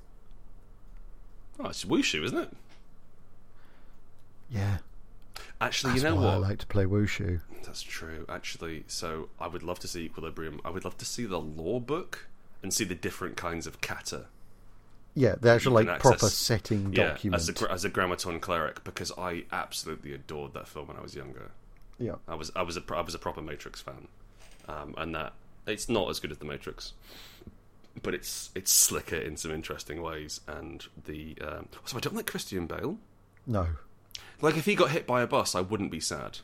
Oh, it's Wushu, isn't it? Yeah, Actually, that's you know why I what? like to play wushu. That's true, actually. So I would love to see Equilibrium. I would love to see the law book and see the different kinds of kata. Yeah, the actual can like proper access- setting Yeah, document. as a gra- as a grammaton cleric, because I absolutely adored that film when I was younger. yeah, I was I was a pro- I was a proper Matrix fan, um, and that it's not as good as the Matrix, but it's it's slicker in some interesting ways. And the um, so I don't like Christian Bale. no, Like if he got hit by a bus, I wouldn't be sad.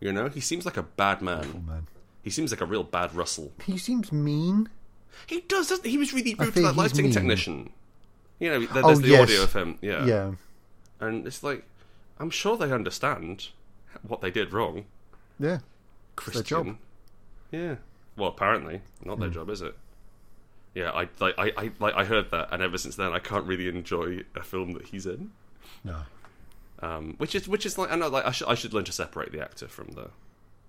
You know, he seems like a bad oh man. man, He seems like a real bad Russell. he seems mean. He does. Doesn't he? he was really I rude to think that he's lighting mean. technician. You know, there- Oh, there's the yes. audio of him. Yeah. yeah, and it's like I'm sure they understand what they did wrong. yeah. Christian. their job. Hmm. Yeah. Well, apparently not their job, is it? Yeah. I like I, I like I heard that, and ever since then, I can't really enjoy a film that he's in. No, Um, which is which is like I know like I should I should learn to separate the actor from the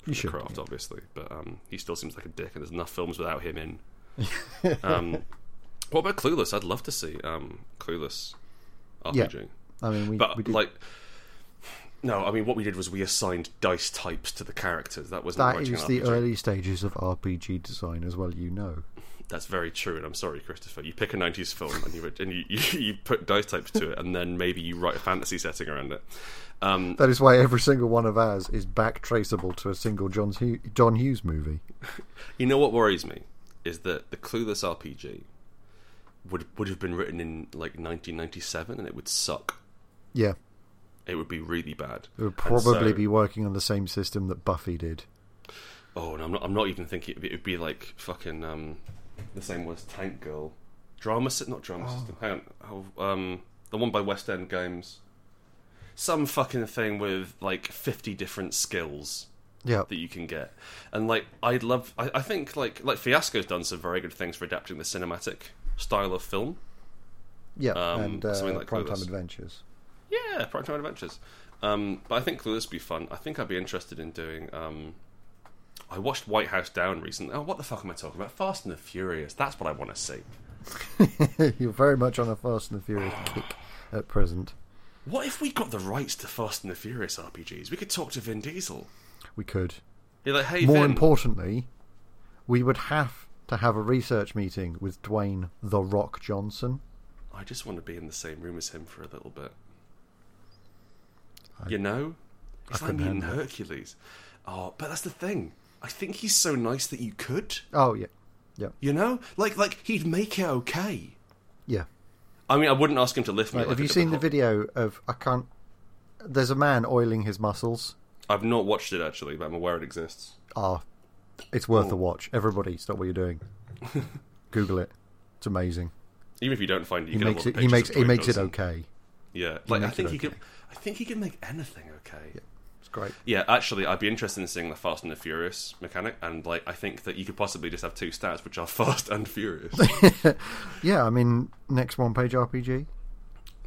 you the should. craft, obviously. But um, he still seems like a dick, and there's enough films without him [LAUGHS] in. um, what about Clueless? I'd love to see um, Clueless RPG. I mean, we, But we did like, no, I mean, what we did was we assigned dice types to the characters. That was not That writing is an the RPG. early stages of RPG design, as well. You know, That's very true, and I'm sorry, Christopher. You pick a '90s film and you and you, [LAUGHS] you, you put dice types to it, and then maybe you write a fantasy setting around it. Um, that is why every single one of ours is back traceable to a single John's Hu- John Hughes movie. You know what worries me is that the Clueless RPG would would have been written in like 1997, and it would suck. Yeah, It would be really bad. it would And so- probably be working on the same system that Buffy did. Oh, and I'm not. I'm not even thinking. It would be like fucking um, the same word as Tank Girl, drama system, not drama system. Hang on, oh, um, the one by West End Games. Some fucking thing with like 50 different skills Yeah, that you can get, and like I'd love. I, I think like like Fiasco's done some very good things for adapting the cinematic style of film. yeah, um, and uh, something like Primetime Clueless. Adventures. [LAUGHS] Yeah, Primetime Adventures. Um, but I think Clueless would be fun. I think I'd be interested in doing. Um, I watched White House Down recently. Oh, what the fuck am I talking about? Fast and the Furious. That's what I want to see. You're very much on a Fast and the Furious Ah. kick at present. What if we got the rights to Fast and the Furious RPGs? We could talk to Vin Diesel. We could. You're like, hey, More Vin. importantly, we would have to have a research meeting with Dwayne the Rock Johnson. I just want to be in the same room as him for a little bit. you know, it's like couldn't meeting handle Hercules. Oh, but that's the thing. I think he's so nice that you could. Oh yeah, yeah, You know, like like he'd make it okay. yeah. I mean, I wouldn't ask him to lift me. Right, like have I you did seen the before. video of I can't? There's a man oiling his muscles. I've not watched it actually, but I'm aware it exists. Ah, it's worth a watch. Everybody, stop what you're doing. Google it. It's amazing. Even if you don't find it, you He can makes have all the it. He pictures makes. of He Dwayne makes it Johnson. okay. Yeah, like I makes it think he okay. could. I think he can make anything okay. Yeah. It's great. actually, I'd be interested in seeing the Fast and the Furious mechanic, and like I think that you could possibly just have two stats, which are [LAUGHS] Fast and Furious. Yeah, I mean, next one page RPG.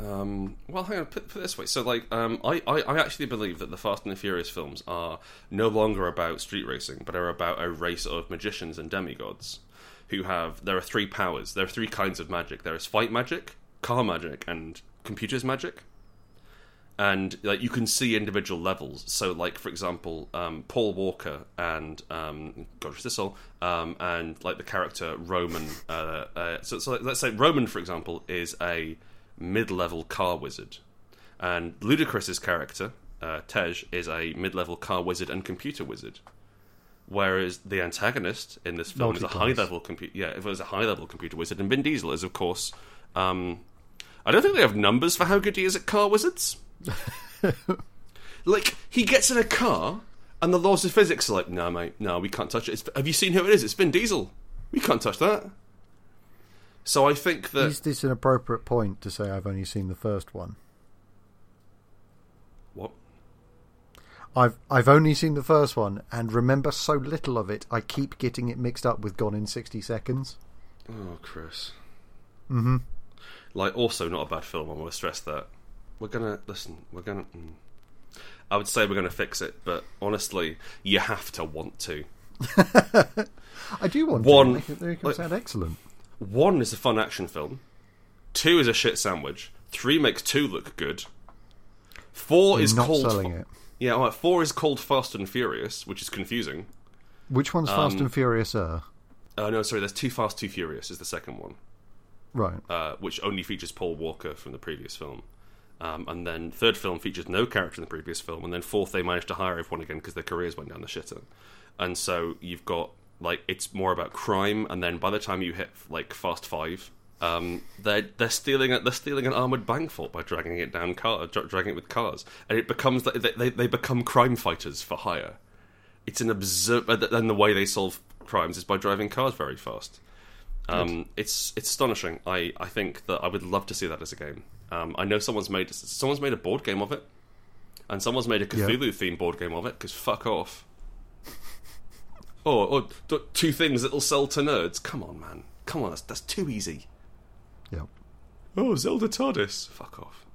um, well, hang on, put, put it this way. So, like, um, I, I I actually believe that the Fast and the Furious films are no longer about street racing, but are about a race of magicians and demigods who have there are three powers. There are three kinds of magic. There is fight magic, car magic, and computers magic. And like you can see individual levels. So like for example, um, Paul Walker and um, Godrich Thistle, um, and like the character Roman. Uh, uh, so, so let's say Roman, for example, is a mid-level car wizard, and Ludacris's character uh, Tej is a mid-level car wizard and computer wizard whereas the antagonist in this film is a high Multi-class. level computer. Yeah, it was a high level computer wizard, and Vin Diesel is, of course. Um, I don't think they have numbers for how good he is at car wizards. like he gets in a car, and the laws of physics are like, no, mate, no, we can't touch it. It's, have you seen who it is? It's Vin Diesel. We can't touch that. So I think that Is this an appropriate point to say I've only seen the first one? what I've I've only seen the first one and remember so little of it. I keep getting it mixed up with Gone in 60 Seconds. Oh, Chris. Mhm. Like, also not a bad film. I want to stress that. We're gonna listen. We're gonna. Mm. I would say we're gonna fix it, but honestly, you have to want to. I do want One- to. They can, they can like- sound excellent. One is a fun action film. Two is a shit sandwich. Three makes two look good. 4 is not called. selling it. Yeah, all right, four is called Fast and Furious, which is confusing. Which one's Fast Um, and Furious? Er, Oh no, sorry. There's Too Fast, Too Furious is the second one. right. uh, which only features Paul Walker from the previous film. Um, and then third film features no character in the previous film, and then fourth they managed to hire everyone again because their careers went down the shitter. And so you've got like it's more about crime, and then by the time you hit like Fast Five, um, they're they're stealing a, they're stealing an armored bank vault by dragging it down car dra- dragging it with cars, and it becomes they they, they become crime fighters for hire. It's an absurd, and the way they solve crimes is by driving cars very fast. Um, it's it's astonishing. I, I think that I would love to see that as a game. Um, I know someone's made someone's made a board game of it, and someone's made a Cthulhu themed board game of it. Because fuck off. oh, or t- two things that'll sell to nerds. Come on, man. Come on, that's that's too easy. Yep. Oh, Zelda TARDIS. Fuck off.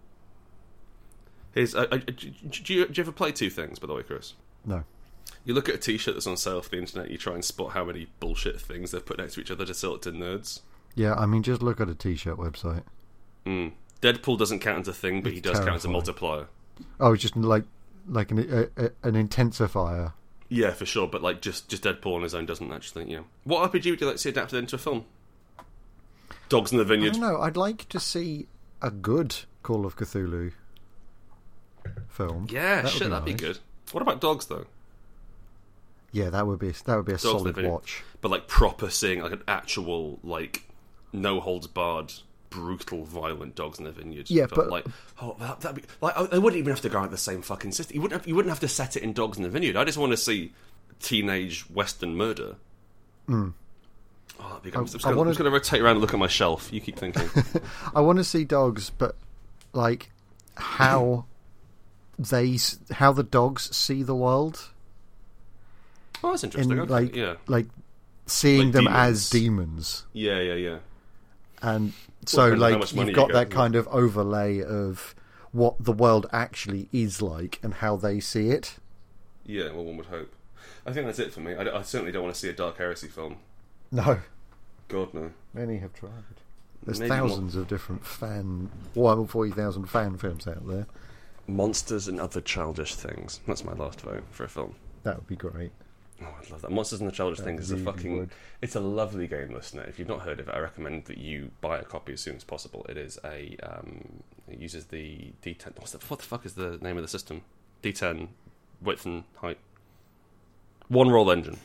Here's, I, I, do, do, you, do you ever play two things, by the way, Chris? No. You look at a T-shirt that's on sale for the internet. You try and spot how many bullshit things they've put next to each other to sell it to nerds. Yeah, I mean, just look at a T-shirt website. Mm. Deadpool doesn't count as a thing, but he does count as a terrifying. multiplier. Oh, it's just like like an a, a, an intensifier. Yeah, for sure. But like, just just Deadpool on his own doesn't actually. You know, what RPG would you like to see adapted into a film? Dogs in the I Vineyard. don't know. I'd like to see a good Call of Cthulhu film. Yeah, That would shit, that'd be nice. good. What about dogs though? Yeah, that would be that would be a in the solid Vineyard. watch. But like proper seeing like an actual like no holds barred brutal violent dogs in the vineyard. Yeah, film. but- like oh that that'd be like oh, they wouldn't even have to go out the same fucking system. You wouldn't have, you wouldn't have to set it in dogs in the vineyard. I just want to see teenage western murder. Oh, that'd be good. I'm just Mm. I gonna, I'm wanted- just gonna rotate around and look at my shelf. You keep [LAUGHS] thinking. I want to see dogs, but like [CLEARS THROAT] how they s- how the dogs see the world oh, that's interesting. and okay, like yeah, like seeing Like them demons. as demons, yeah, yeah, yeah. and so depends on how much like money you've you got get, that yeah. kind of overlay of what the world actually is like and how they see it. Yeah, well, one would hope. I think that's it for me. I, d- I certainly don't want to see a Dark Heresy film. No, God no. many have tried. There's Maybe more- thousands of different fan, well, forty thousand fan films out there. Monsters and other childish things. That's my last vote for a film. That would be great. Oh, I love that. Monsters and the Childish Things is a really fucking. would. It's a lovely game, listener. If you've not heard of it, I recommend that you buy a copy as soon as possible. It is a. Um, it uses the D10. What's the, what the fuck is the name of the system? D10, width and height. One roll engine.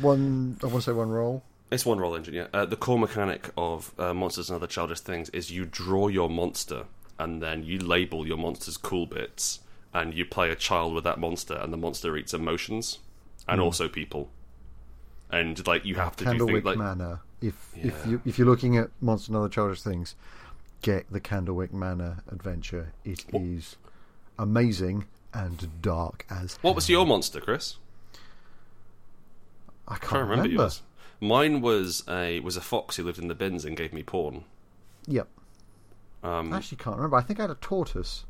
One, I want to say one roll. It's one roll engine, yeah. Uh, the core mechanic of uh, Monsters and Other Childish Things is you draw your monster and then you label your monster's cool bits and you play a child with that monster and the monster eats emotions Hmm. and also people. And like you have to do Candlewick things like Manor. If if Yeah. you if you're looking at Monster and Other Childish Things, get the Candlewick Manor adventure. It is amazing and dark as. what was your monster, Chris? I can't, I can't remember, remember. yours. Mine was a was a fox who lived in the bins and gave me porn. Yep, Um, I actually can't remember. I think I had a tortoise.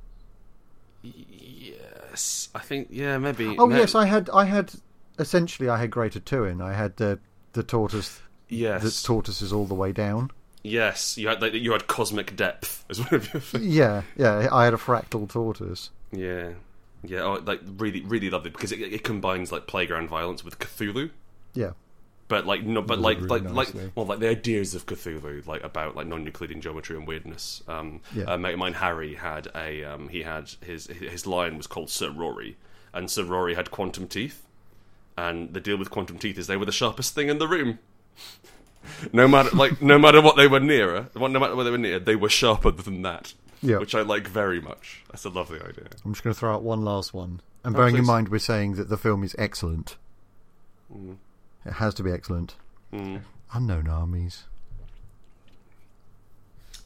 yes, I think yeah, maybe. Oh may- yes, I had. I had. Essentially, I had Greater Tuin. I had the the tortoise Yes. that tortoises all the way down. Yes, you had like, you had cosmic depth as one [LAUGHS] of your things. Yeah, yeah. I had a fractal tortoise. Yeah, yeah. Oh, like really, really lovely because it, it combines like playground violence with Cthulhu, Yeah, but like no, but Really like like nicely. like well, like the ideas of Cthulhu, like about like non-Euclidean geometry and weirdness. Um, Yeah. a mate of mine, Harry, had a um, he had his his line was called Sir Rory, and Sir Rory had quantum teeth, and the deal with quantum teeth is they were the sharpest thing in the room. [LAUGHS] No matter like no matter what they were nearer, no matter what they were near, they were sharper than that. Yeah. which I like very much. That's a lovely idea. I'm just going to throw out one last one. And bearing in Oh, please. mind, we're saying that the film is excellent. Mm. It has to be excellent. Unknown armies,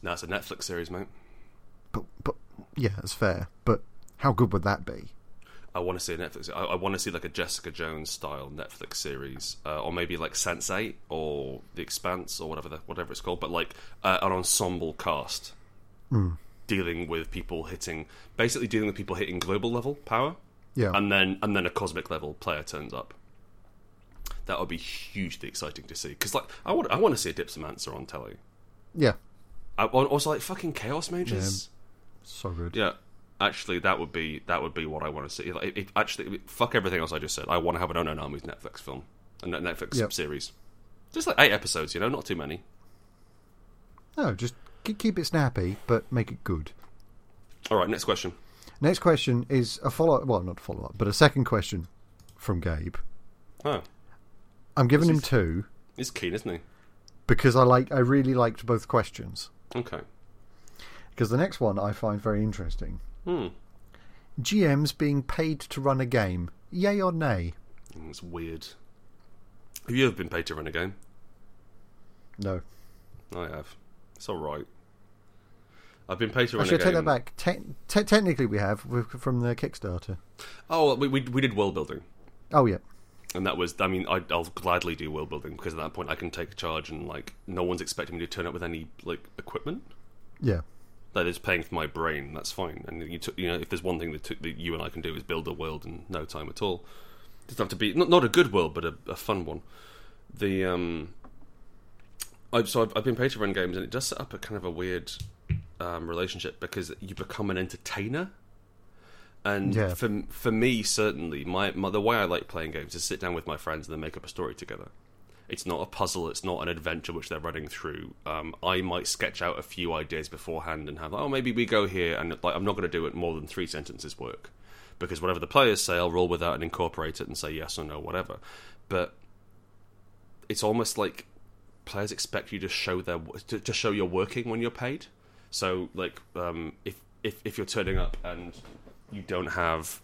No, it's a Netflix series, mate. but but yeah, that's fair. But how good would that be? I want to see a Netflix. I, I want to see like a Jessica Jones style Netflix series, uh, or maybe like Sense Eight or The Expanse or whatever the, whatever it's called. But like uh, an ensemble cast dealing with people hitting, basically dealing with people hitting global level power, Yeah, and then and then a cosmic level player turns up. That would be hugely exciting to see because like I want I want to see a Dipsomancer on telly. yeah, I, also like fucking Chaos Mages. so good. Yeah, actually, that would be that would be what I want to see. Like, it, it- actually, fuck everything else I just said. I want to have an Onan Army's Netflix film, a Net- Netflix Yep. series, just like eight episodes. You know, not too many. No, just ke- keep it snappy, but make it good. All right, next question. Next question is a follow. up Well, not follow up, but a second question from Gabe. Oh, I'm giving him two he's keen, isn't he? because I like. I really liked both questions. Okay. Because the next one I find very interesting. Hmm. GMs being paid to run a game, yay or nay? Mm, It's weird. Have you ever been paid to run a game? No. I have. It's all right. I've been paid to run Actually, a I game. take that back. Te- te- technically, we have we're from the Kickstarter. Oh, we, we we did world building. Oh yeah, And that was, I mean, I, I'll gladly do world building because at that point I can take charge and, like, no one's expecting me to turn up with any, like, equipment. yeah, that is paying for my brain. That's fine. And you, took, you know, if there's one thing that, took that you and I can do is build a world in no time at all. It doesn't have to be not, not a good world, but a, a fun one. The um, I've, so I've, I've been paid to run games, and it does set up a kind of a weird um, relationship because you become an entertainer. And Yeah. for for me, certainly, my, my the way I like playing games is sit down with my friends and then make up a story together. It's not a puzzle. It's not an adventure which they're running through. Um, I might sketch out a few ideas beforehand and have, oh, maybe we go here, and like I'm not going to do it more than three sentences work, because whatever the players say, I'll roll with that and incorporate it and say yes or no, whatever. But it's almost like players expect you to show their to, to show you're working when you're paid. So like um, if if if you're turning up and you don't have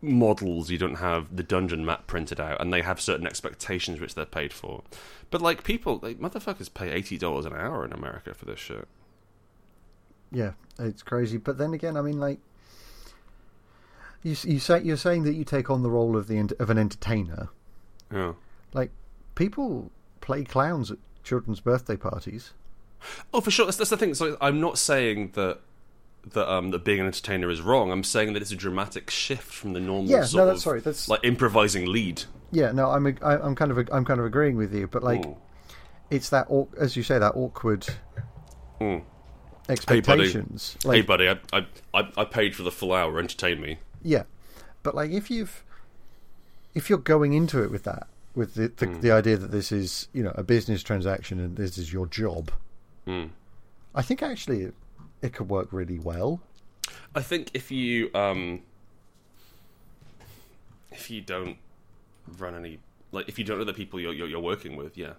models, you don't have the dungeon map printed out, and they have certain expectations which they're paid for. But like people, like motherfuckers pay eighty dollars an hour in America for this shit. yeah. It's crazy, but then again, I mean, like you s- you say you're saying that you take on the role of the ent- of an entertainer. Yeah. Like people play clowns at children's birthday parties. Oh, for sure. That's, that's the thing. So I'm not saying that that um that being an entertainer is wrong. I'm saying that it's a dramatic shift from the normal. Yeah, no, sort that's- of, sorry, that's- like improvising lead. Yeah, no, I'm ag- I, I'm kind of ag- I'm kind of agreeing with you, but like Mm. it's that au- as you say that awkward Mm. buddy. expectations. hey, Like, buddy, I, I I I paid for the full hour. Entertain me. Yeah, but like if you've if you're going into it with that with the the, the idea that this is you know a business transaction and this is your job, I think actually it, it could work really well. I think if you um if you don't run any like if you don't know the people you're you're, you're working with, yeah.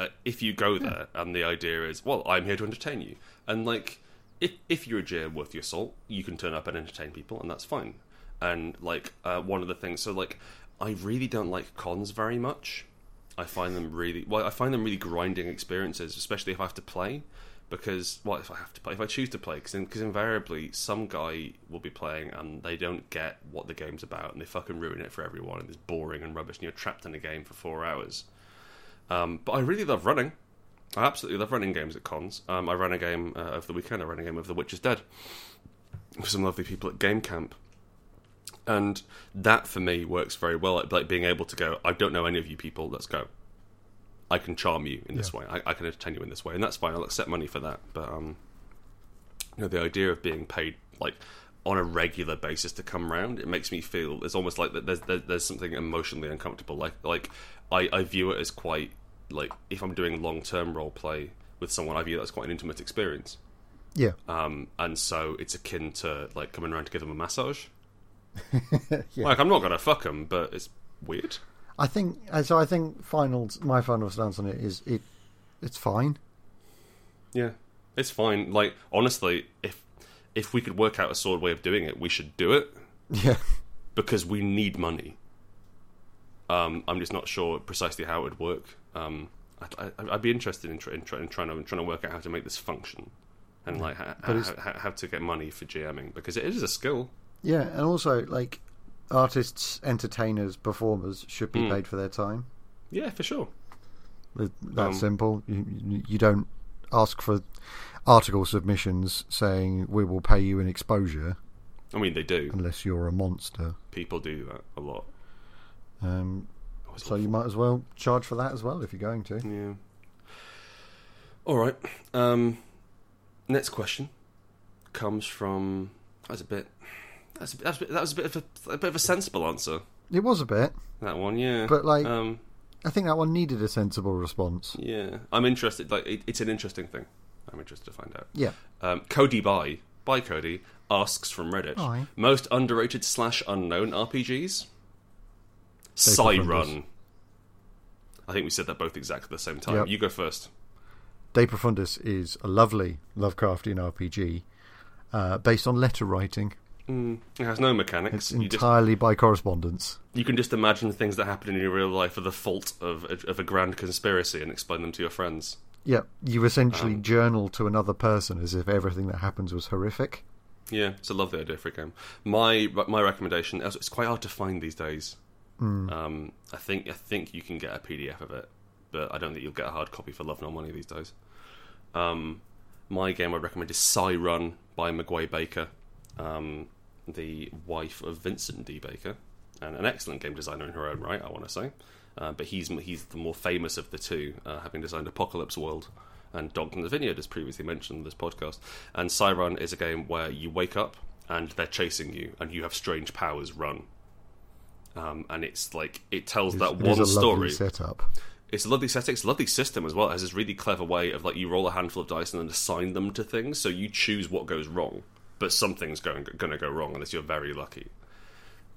Uh, if you go there and the idea is, well, I'm here to entertain you, and like if if you're a GM worth your salt, you can turn up and entertain people, and that's fine. And like uh, one of the things, so like I really don't like cons very much. I find them really well. I find them really grinding experiences, especially if I have to play. Because well, if I have to play, if I choose to play, because invariably some guy will be playing and they don't get what the game's about, and they fucking ruin it for everyone, and it's boring and rubbish, and you're trapped in a game for four hours. Um, but I really love running. I absolutely love running games at cons. Um, I ran a game uh, over the weekend. I ran a game of The Witch is Dead with some lovely people at Game Camp, and that for me works very well. Like being able to go, I don't know any of you people. Let's go. I can charm you in this Yeah. way. I, I can entertain you in this way, and that's fine. I'll accept money for that. But um, you know, the idea of being paid like on a regular basis to come round, it makes me feel it's almost like that. There's there's, there's something emotionally uncomfortable. Like like I, I view it as quite like if I'm doing long term role play with someone, I view that as quite an intimate experience. Yeah. Um, and so it's akin to like coming around to give them a massage. Like I'm not gonna fuck them, but it's weird. I think and so. I think final. My final stance on it is it. It's fine. Yeah, it's fine. Like honestly, if if we could work out a sword way of doing it, we should do it [LAUGHS] Yeah. because we need money. Um, I'm just not sure precisely how it would work. Um, I, I, I'd be interested in, try, in, try, in trying to in trying to work out how to make this function and like how, it's- how, how to get money for GMing because it is a skill. Yeah, and also like artists, entertainers, performers should be paid for their time. Yeah, for sure. Th- That Um, simple. You, you- you don't ask for article submissions saying we will pay you an exposure I mean, they do. unless you're a monster. People do that a lot. Um, Oh, it's so you might as well charge for that as well if you're going to. Yeah. All right. Um, next question comes from. That's a bit. That's a, that's a, that was a bit of a, a bit of a sensible answer. It was a bit, That one, yeah. but like um, I think that one needed a sensible response. yeah. I'm interested. Like, it, it's an interesting thing. I'm interested to find out. Yeah. Um, Cody by by Cody asks from Reddit Aye. most underrated slash unknown RPGs. Data Fundus. Cyrun. I think we said that both exactly the same time. Yep. You go first. De Profundis is a lovely Lovecraftian RPG uh, based on letter writing. Mm, it has no mechanics. It's You just entirely by correspondence. you can just imagine things that happen in your real life are the fault of a, of a grand conspiracy and explain them to your friends. Yeah, you essentially Um, journal to another person as if everything that happens was horrific. Yeah, it's a lovely idea for a game. My my recommendation it's it's quite hard to find these days. Um, I think I think you can get a PDF of it, but I don't think you'll get a hard copy for love nor money these days. Um, my game I recommend is Psy Run by McGuay Baker, um, the wife of Vincent D. Baker, and an excellent game designer in her own right, I want to say. Uh, but he's he's the more famous of the two, uh, having designed Apocalypse World and Dogs in the Vineyard, as previously mentioned in this podcast. And Cyrun is a game where you wake up and they're chasing you, and you have strange powers. Run, um, and it's like it tells that it is one a story lovely setup. it's a lovely setting. It's a lovely system as well. It has this really clever way of like you roll a handful of dice and then assign them to things, so you choose what goes wrong. But something's going going to go wrong unless you're very lucky.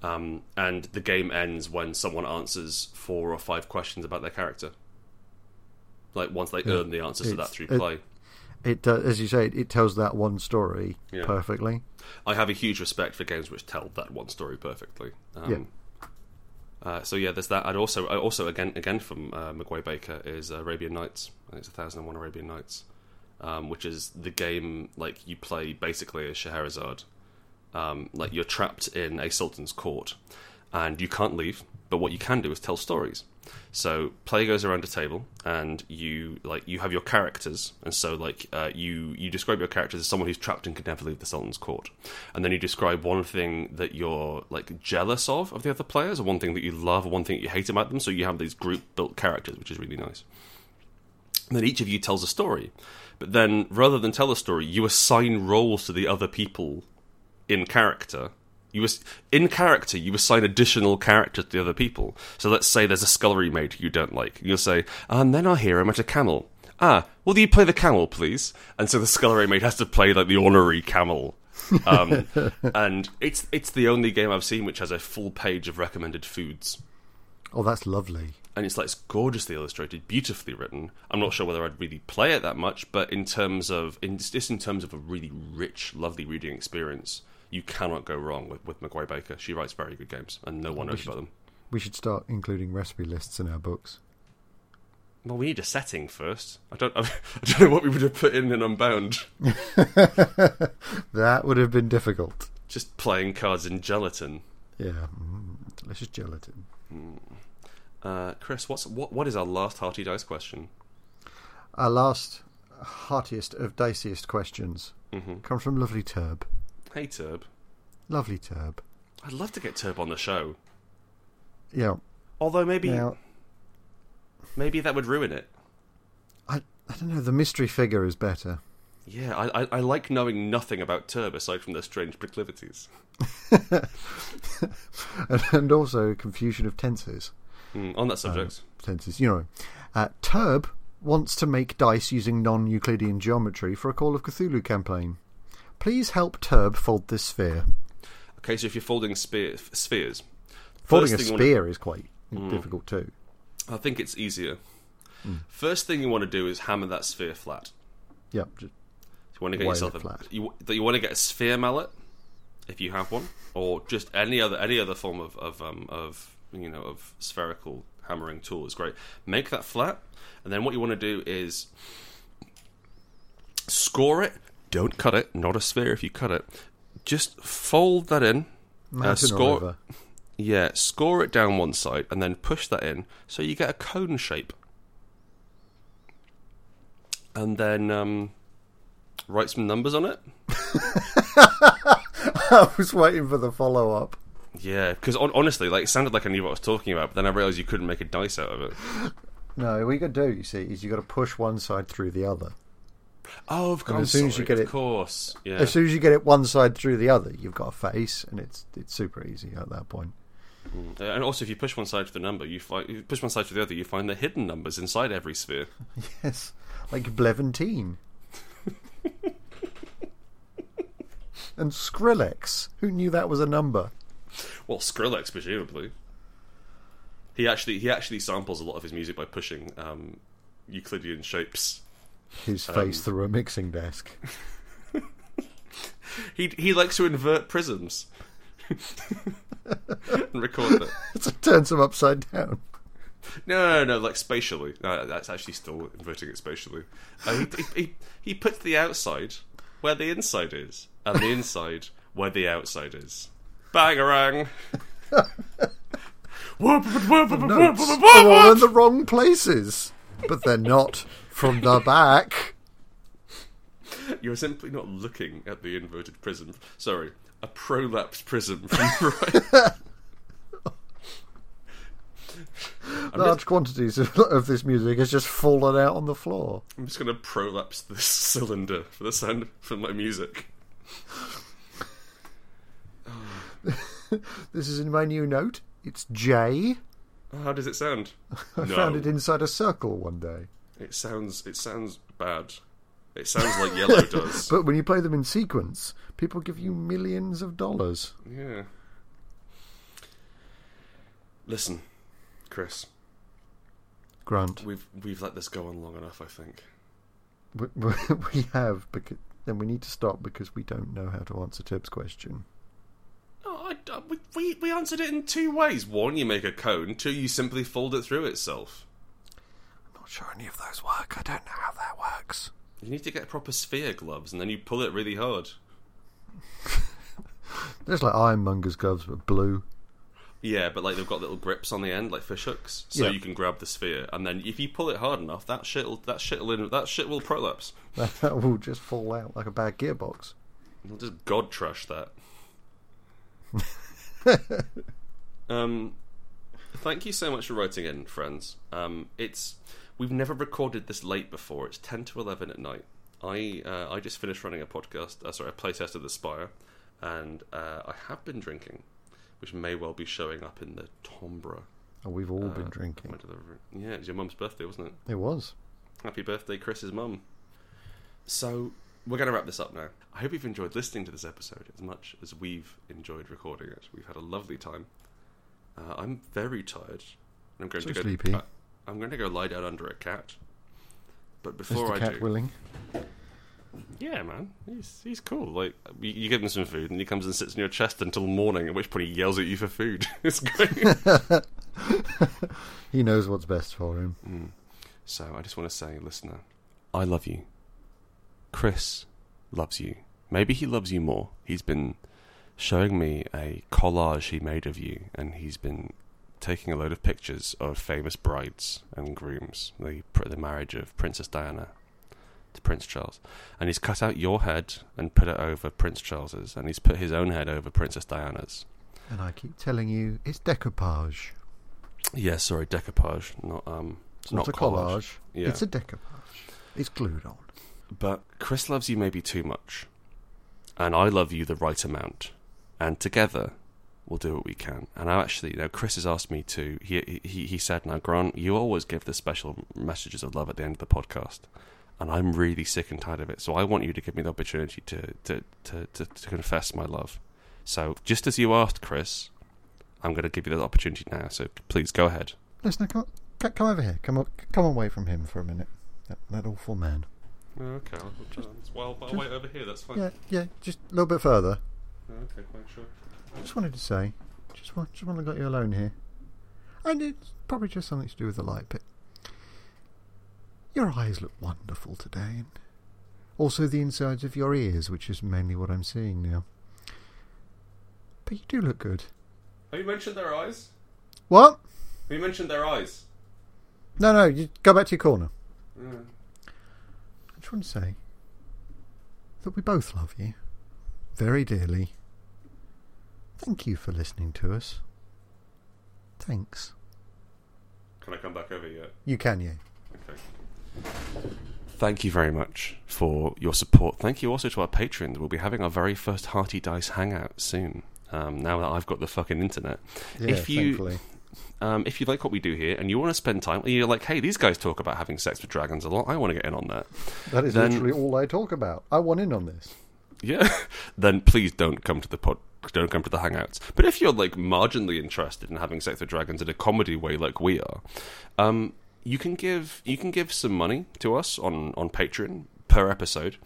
Um, and the game ends when someone answers four or five questions about their character. Like once they earn the answers to that It's- through it- play. It does, as you say, it tells that one story Yeah. perfectly. I have a huge respect for games which tell that one story perfectly. Um, uh, so yeah, there's that. I'd also, I also again, again from uh, McGuay Baker is Arabian Nights. I think it's 1001 Arabian Nights, um, which is the game like you play basically as Scheherazade. Um, like you're trapped in a sultan's court, and you can't leave. But what you can do is tell stories. So play goes around a table, and you like you have your characters, and so like uh, you you describe your characters as someone who's trapped and can never leave the Sultan's court, and then you describe one thing that you're like jealous of of the other players, or one thing that you love, or one thing that you hate about them. So you have these group built characters, which is really nice. And then each of you tells a story, but then rather than tell a story, you assign roles to the other people in character. You ass- in character, you assign additional characters to the other people. So let's say there's a scullery maid you don't like. You'll say, "Ah, and then our hero met a camel. Ah, will you play the camel, please? And so the scullery maid has to play like the honorary camel. Um, and it's it's the only game I've seen which has a full page of recommended foods Oh, that's lovely. and it's like it's gorgeously illustrated, beautifully written. I'm not sure whether I'd really play it that much, but in terms of in just in terms of a really rich, lovely reading experience, you cannot go wrong with with McGuire Baker. She writes very good games, and no one knows about them. We should start including recipe lists in our books. Well, we need a setting first. I don't [LAUGHS] I don't know what we would have put in in Unbound. That would have been difficult. Just playing cards in gelatin. Yeah, mm, delicious gelatin. Uh, Chris, what's what what is our last hearty dice question? Our last heartiest of diciest questions Mhm. comes from lovely Turb. Hey Turb, Lovely Turb. I'd love to get Turb on the show. Yeah. Although maybe Now, Maybe that would ruin it. I, I don't know. The mystery figure is better. [LAUGHS] Yeah, I, I, I like knowing nothing about Turb aside from their strange proclivities. and, and also confusion of tenses. Mm, on that Um, subject, Tenses, you know. Uh, Turb wants to make dice using non Euclidean geometry for a Call of Cthulhu campaign. Please help Turb fold this sphere. okay, so if you're folding spear, spheres, Folding First a thing Hmm. you wanna- spear is quite difficult too. I think it's easier. Hmm. First thing you want to do is hammer that sphere flat. Yep. Uh, just- You want to get Wire yourself a, flat. You, that you want to get a sphere mallet if you have one, or just any other any other form of of, um, of you know of spherical hammering tool is great. Make that flat, and then what you want to do is score it. Don't cut it. Not a sphere if you cut it. Just fold that in. uh, Mountain or score, river. [LAUGHS] yeah, score it down one side and then push that in so you get a cone shape. And then um, write some numbers on it. I was waiting for the follow up. Yeah, because on- honestly, like, it sounded like I knew what I was talking about, but then I realized you couldn't make a dice out of it. No, what you got to do, you see, is you got to push one side through the other. Oh, of course. as soon as you get of it- course. Yeah. As soon as you get it one side through the other, you've got a face, and it's it's super easy at that point. Uh, And also, if you push one side to the number, you find you push one side to the other, you find the hidden numbers inside every sphere. [LAUGHS] Yes, like [LAUGHS] Bleventine. and Skrillex. Who knew that was a number? Well, Skrillex, presumably. He actually he actually samples a lot of his music by pushing um, Euclidean shapes. His face through a mixing desk. [LAUGHS] He he likes to invert prisms [LAUGHS] and record it. it turns him upside [LAUGHS] down. No, no, no, like spatially. No, that's actually still inverting it spatially. Uh, he, he- he he puts the outside where the inside is, and the inside where the outside is. Bangarang. [LAUGHS] Whoop, whoop, whoop, whoop, whoop, whoop, Notes whoop, are all in whoop. the wrong places, but they're not from [LAUGHS] the back. You're simply not looking at the inverted prism. Sorry, a prolapsed prism [LAUGHS] from the right. Large quantities of, [LAUGHS] of this music has just fallen out on the floor. I'm just going to prolapse this cylinder for the sound for my music. This is in my new note. It's J. How does it sound? [LAUGHS] I found it inside a circle one day. It sounds it sounds bad. It sounds like [LAUGHS] yellow does. But when you play them in sequence, people give you millions of dollars. yeah. Listen, Chris, Grant, we've we've let this go on long enough, I think. we, we [LAUGHS] we have, because, then we need to stop because we don't know how to answer Tib's question. Oh, I, I- we, we we answered it in two ways. One, you make a cone. Two, you simply fold it through itself. I'm not sure any of those work. I don't know how that works. You need to get proper sphere gloves, and then you pull it really hard. Just like Ironmonger's gloves, but blue. [LAUGHS] Yeah, but like they've got little grips on the end, like fish hooks, so Yeah. you can grab the sphere, and then if you pull it hard enough, that shit'll that shit'll in, that shit will prolapse. That, that will just fall out like a bad gearbox. I'll just god trash that. um, thank you so much for writing in, friends. Um, it's we've never recorded this late before. It's ten to eleven at night. I uh, I just finished running a podcast. Uh, sorry, a playtest of the Spire, and uh, I have been drinking, which may well be showing up in the timbre. And Oh, we've all been Went drinking. to the- Yeah, it was your mum's birthday, wasn't it? It was. Happy birthday, Chris's mum. So, we're going to wrap this up now. I hope you've enjoyed listening to this episode as much as we've enjoyed recording it. We've had a lovely time. Uh, I'm very tired. and I'm going So to go, sleepy. I- I'm going to go lie down under a cat. But Is before the I cat do, willing? yeah, man, he's he's cool. Like you, you give him some food, and he comes and sits in your chest until morning. At which point he yells at you for food. [LAUGHS] it's great. He knows what's best for him. Mm. So I just want to say, listener, I love you. Chris loves you. Maybe he loves you more. He's been showing me a collage he made of you, and he's been taking a load of pictures of famous brides and grooms, the, the marriage of Princess Diana to Prince Charles. And he's cut out your head and put it over Prince Charles's, and he's put his own head over Princess Diana's. And I keep telling you, it's decoupage. Yeah, sorry, decoupage, not um, It's not, Not a collage. collage. Yeah. It's a decoupage. It's glued on. But Chris loves you maybe too much, and I love you the right amount, and together we'll do what we can. And I actually, you know, Chris has asked me to. He he he said, "Now, Grant, you always give the special messages of love at the end of the podcast." And I'm really sick and tired of it, so I want you to give me the opportunity to to, to, to, to confess my love. So, just as you asked, Chris, I'm going to give you that opportunity now. So, please go ahead. Listen, come, c- come over here. Come up, come away from him for a minute. That, that awful man. Okay, well, I'll wait over here. That's fine. Yeah, yeah. Just a little bit further. Okay, fine, sure. Just wanted to say, just want, just want to let you alone here, and it's probably just something to do with the light, but your eyes look wonderful today, and also the insides of your ears, which is mainly what I'm seeing now. But you do look good. Have you mentioned their eyes? What? You mentioned their eyes. No, no. You go back to your corner. I just want to say that we both love you very dearly. Thank you for listening to us. Thanks. Can I come back over yet? You can, yeah. Okay. Thank you very much for your support. Thank you also to our patrons. We'll be having our very first Hearty Dice hangout soon. Um, now that I've got the fucking internet, Yeah, If you- thankfully. um, if you like what we do here and you want to spend time, you're like, hey, these guys talk about having sex with dragons a lot. I want to get in on that. That is then- literally all I talk about. I want in on this. yeah, [LAUGHS] then please don't come to the pod. Don't come to the hangouts. But if you're like marginally interested in having sex with dragons in a comedy way, like we are, um, you can give you can give some money to us on on Patreon per episode.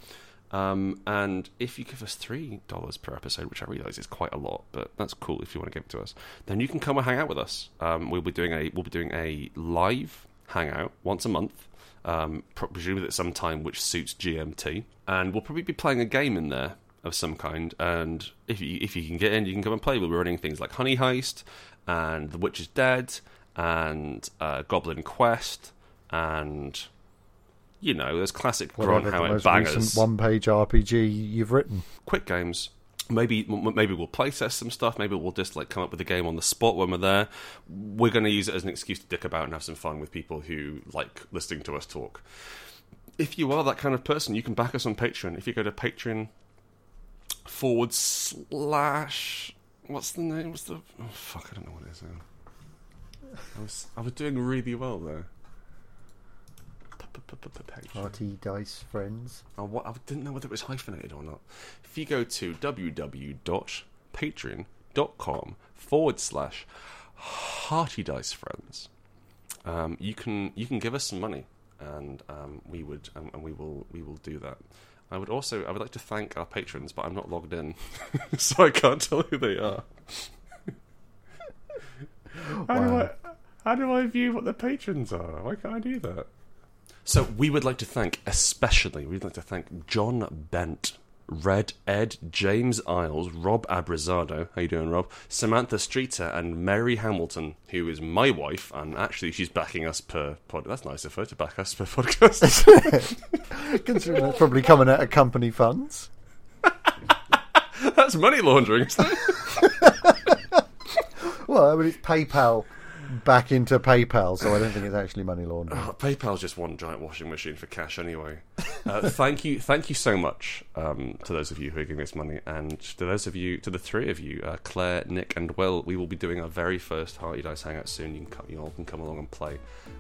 Um, and if you give us three dollars per episode, which I realise is quite a lot, but that's cool if you want to give it to us, then you can come and hang out with us. Um, we'll be doing a we'll be doing a live hangout once a month, um, pro- presumably at some time which suits GMT, and we'll probably be playing a game in there of some kind. And if you if you can get in, you can come and play. We'll be running things like Honey Heist and The Witch is Dead and uh, Goblin Quest and you know those classic Whatever the Grondhauer most bangers recent one-page RPG you've written. quick games. Maybe m- maybe we'll play test some stuff. Maybe we'll just like come up with a game on the spot when we're there. We're going to use it as an excuse to dick about and have some fun with people who like listening to us talk. If you are that kind of person, you can back us on Patreon. If you go to Patreon forward slash what's the name? What's the oh, fuck? I don't know what it is. now. I was I was doing really well there. Patreon. Party dice friends. I, wa- I didn't know whether it was hyphenated or not. If you go to www.patreon.com forward slash hearty dice friends, um, you can you can give us some money, and um, we would um, and we will we will do that. I would also I would like to thank our patrons, but I'm not logged in, [LAUGHS] so I can't tell who they are. How do I Wow. how do I view what the patrons are? Why can't I do that? So we would like to thank, especially, we'd like to thank John Bent, Red Ed, James Isles, Rob Abrazado, how you doing, Rob? Samantha Streeter, and Mary Hamilton, who is my wife, and actually she's backing us per pod. That's nice of her to back us per [LAUGHS] podcast. [LAUGHS] Considering that's probably coming out of company funds. That's money laundering. isn't it? Well, I mean, it's PayPal back into PayPal, so I don't think it's actually money laundering. Oh, [SIGHS] PayPal's just one giant washing machine for cash anyway. Uh, [LAUGHS] thank you, thank you so much um, to those of you who are giving us money, and to those of you, to the three of you, uh, Claire, Nick, and Will. We will be doing our very first Hearty Dice Hangout soon. You can come, you all can come along and play.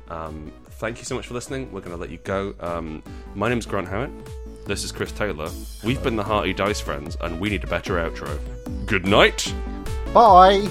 Um, thank you so much for listening. We're going to let you go. Um, my name's Grant Howitt. This is Chris Taylor. We've been the Hearty Dice Friends, and we need a better outro. Good night. Bye.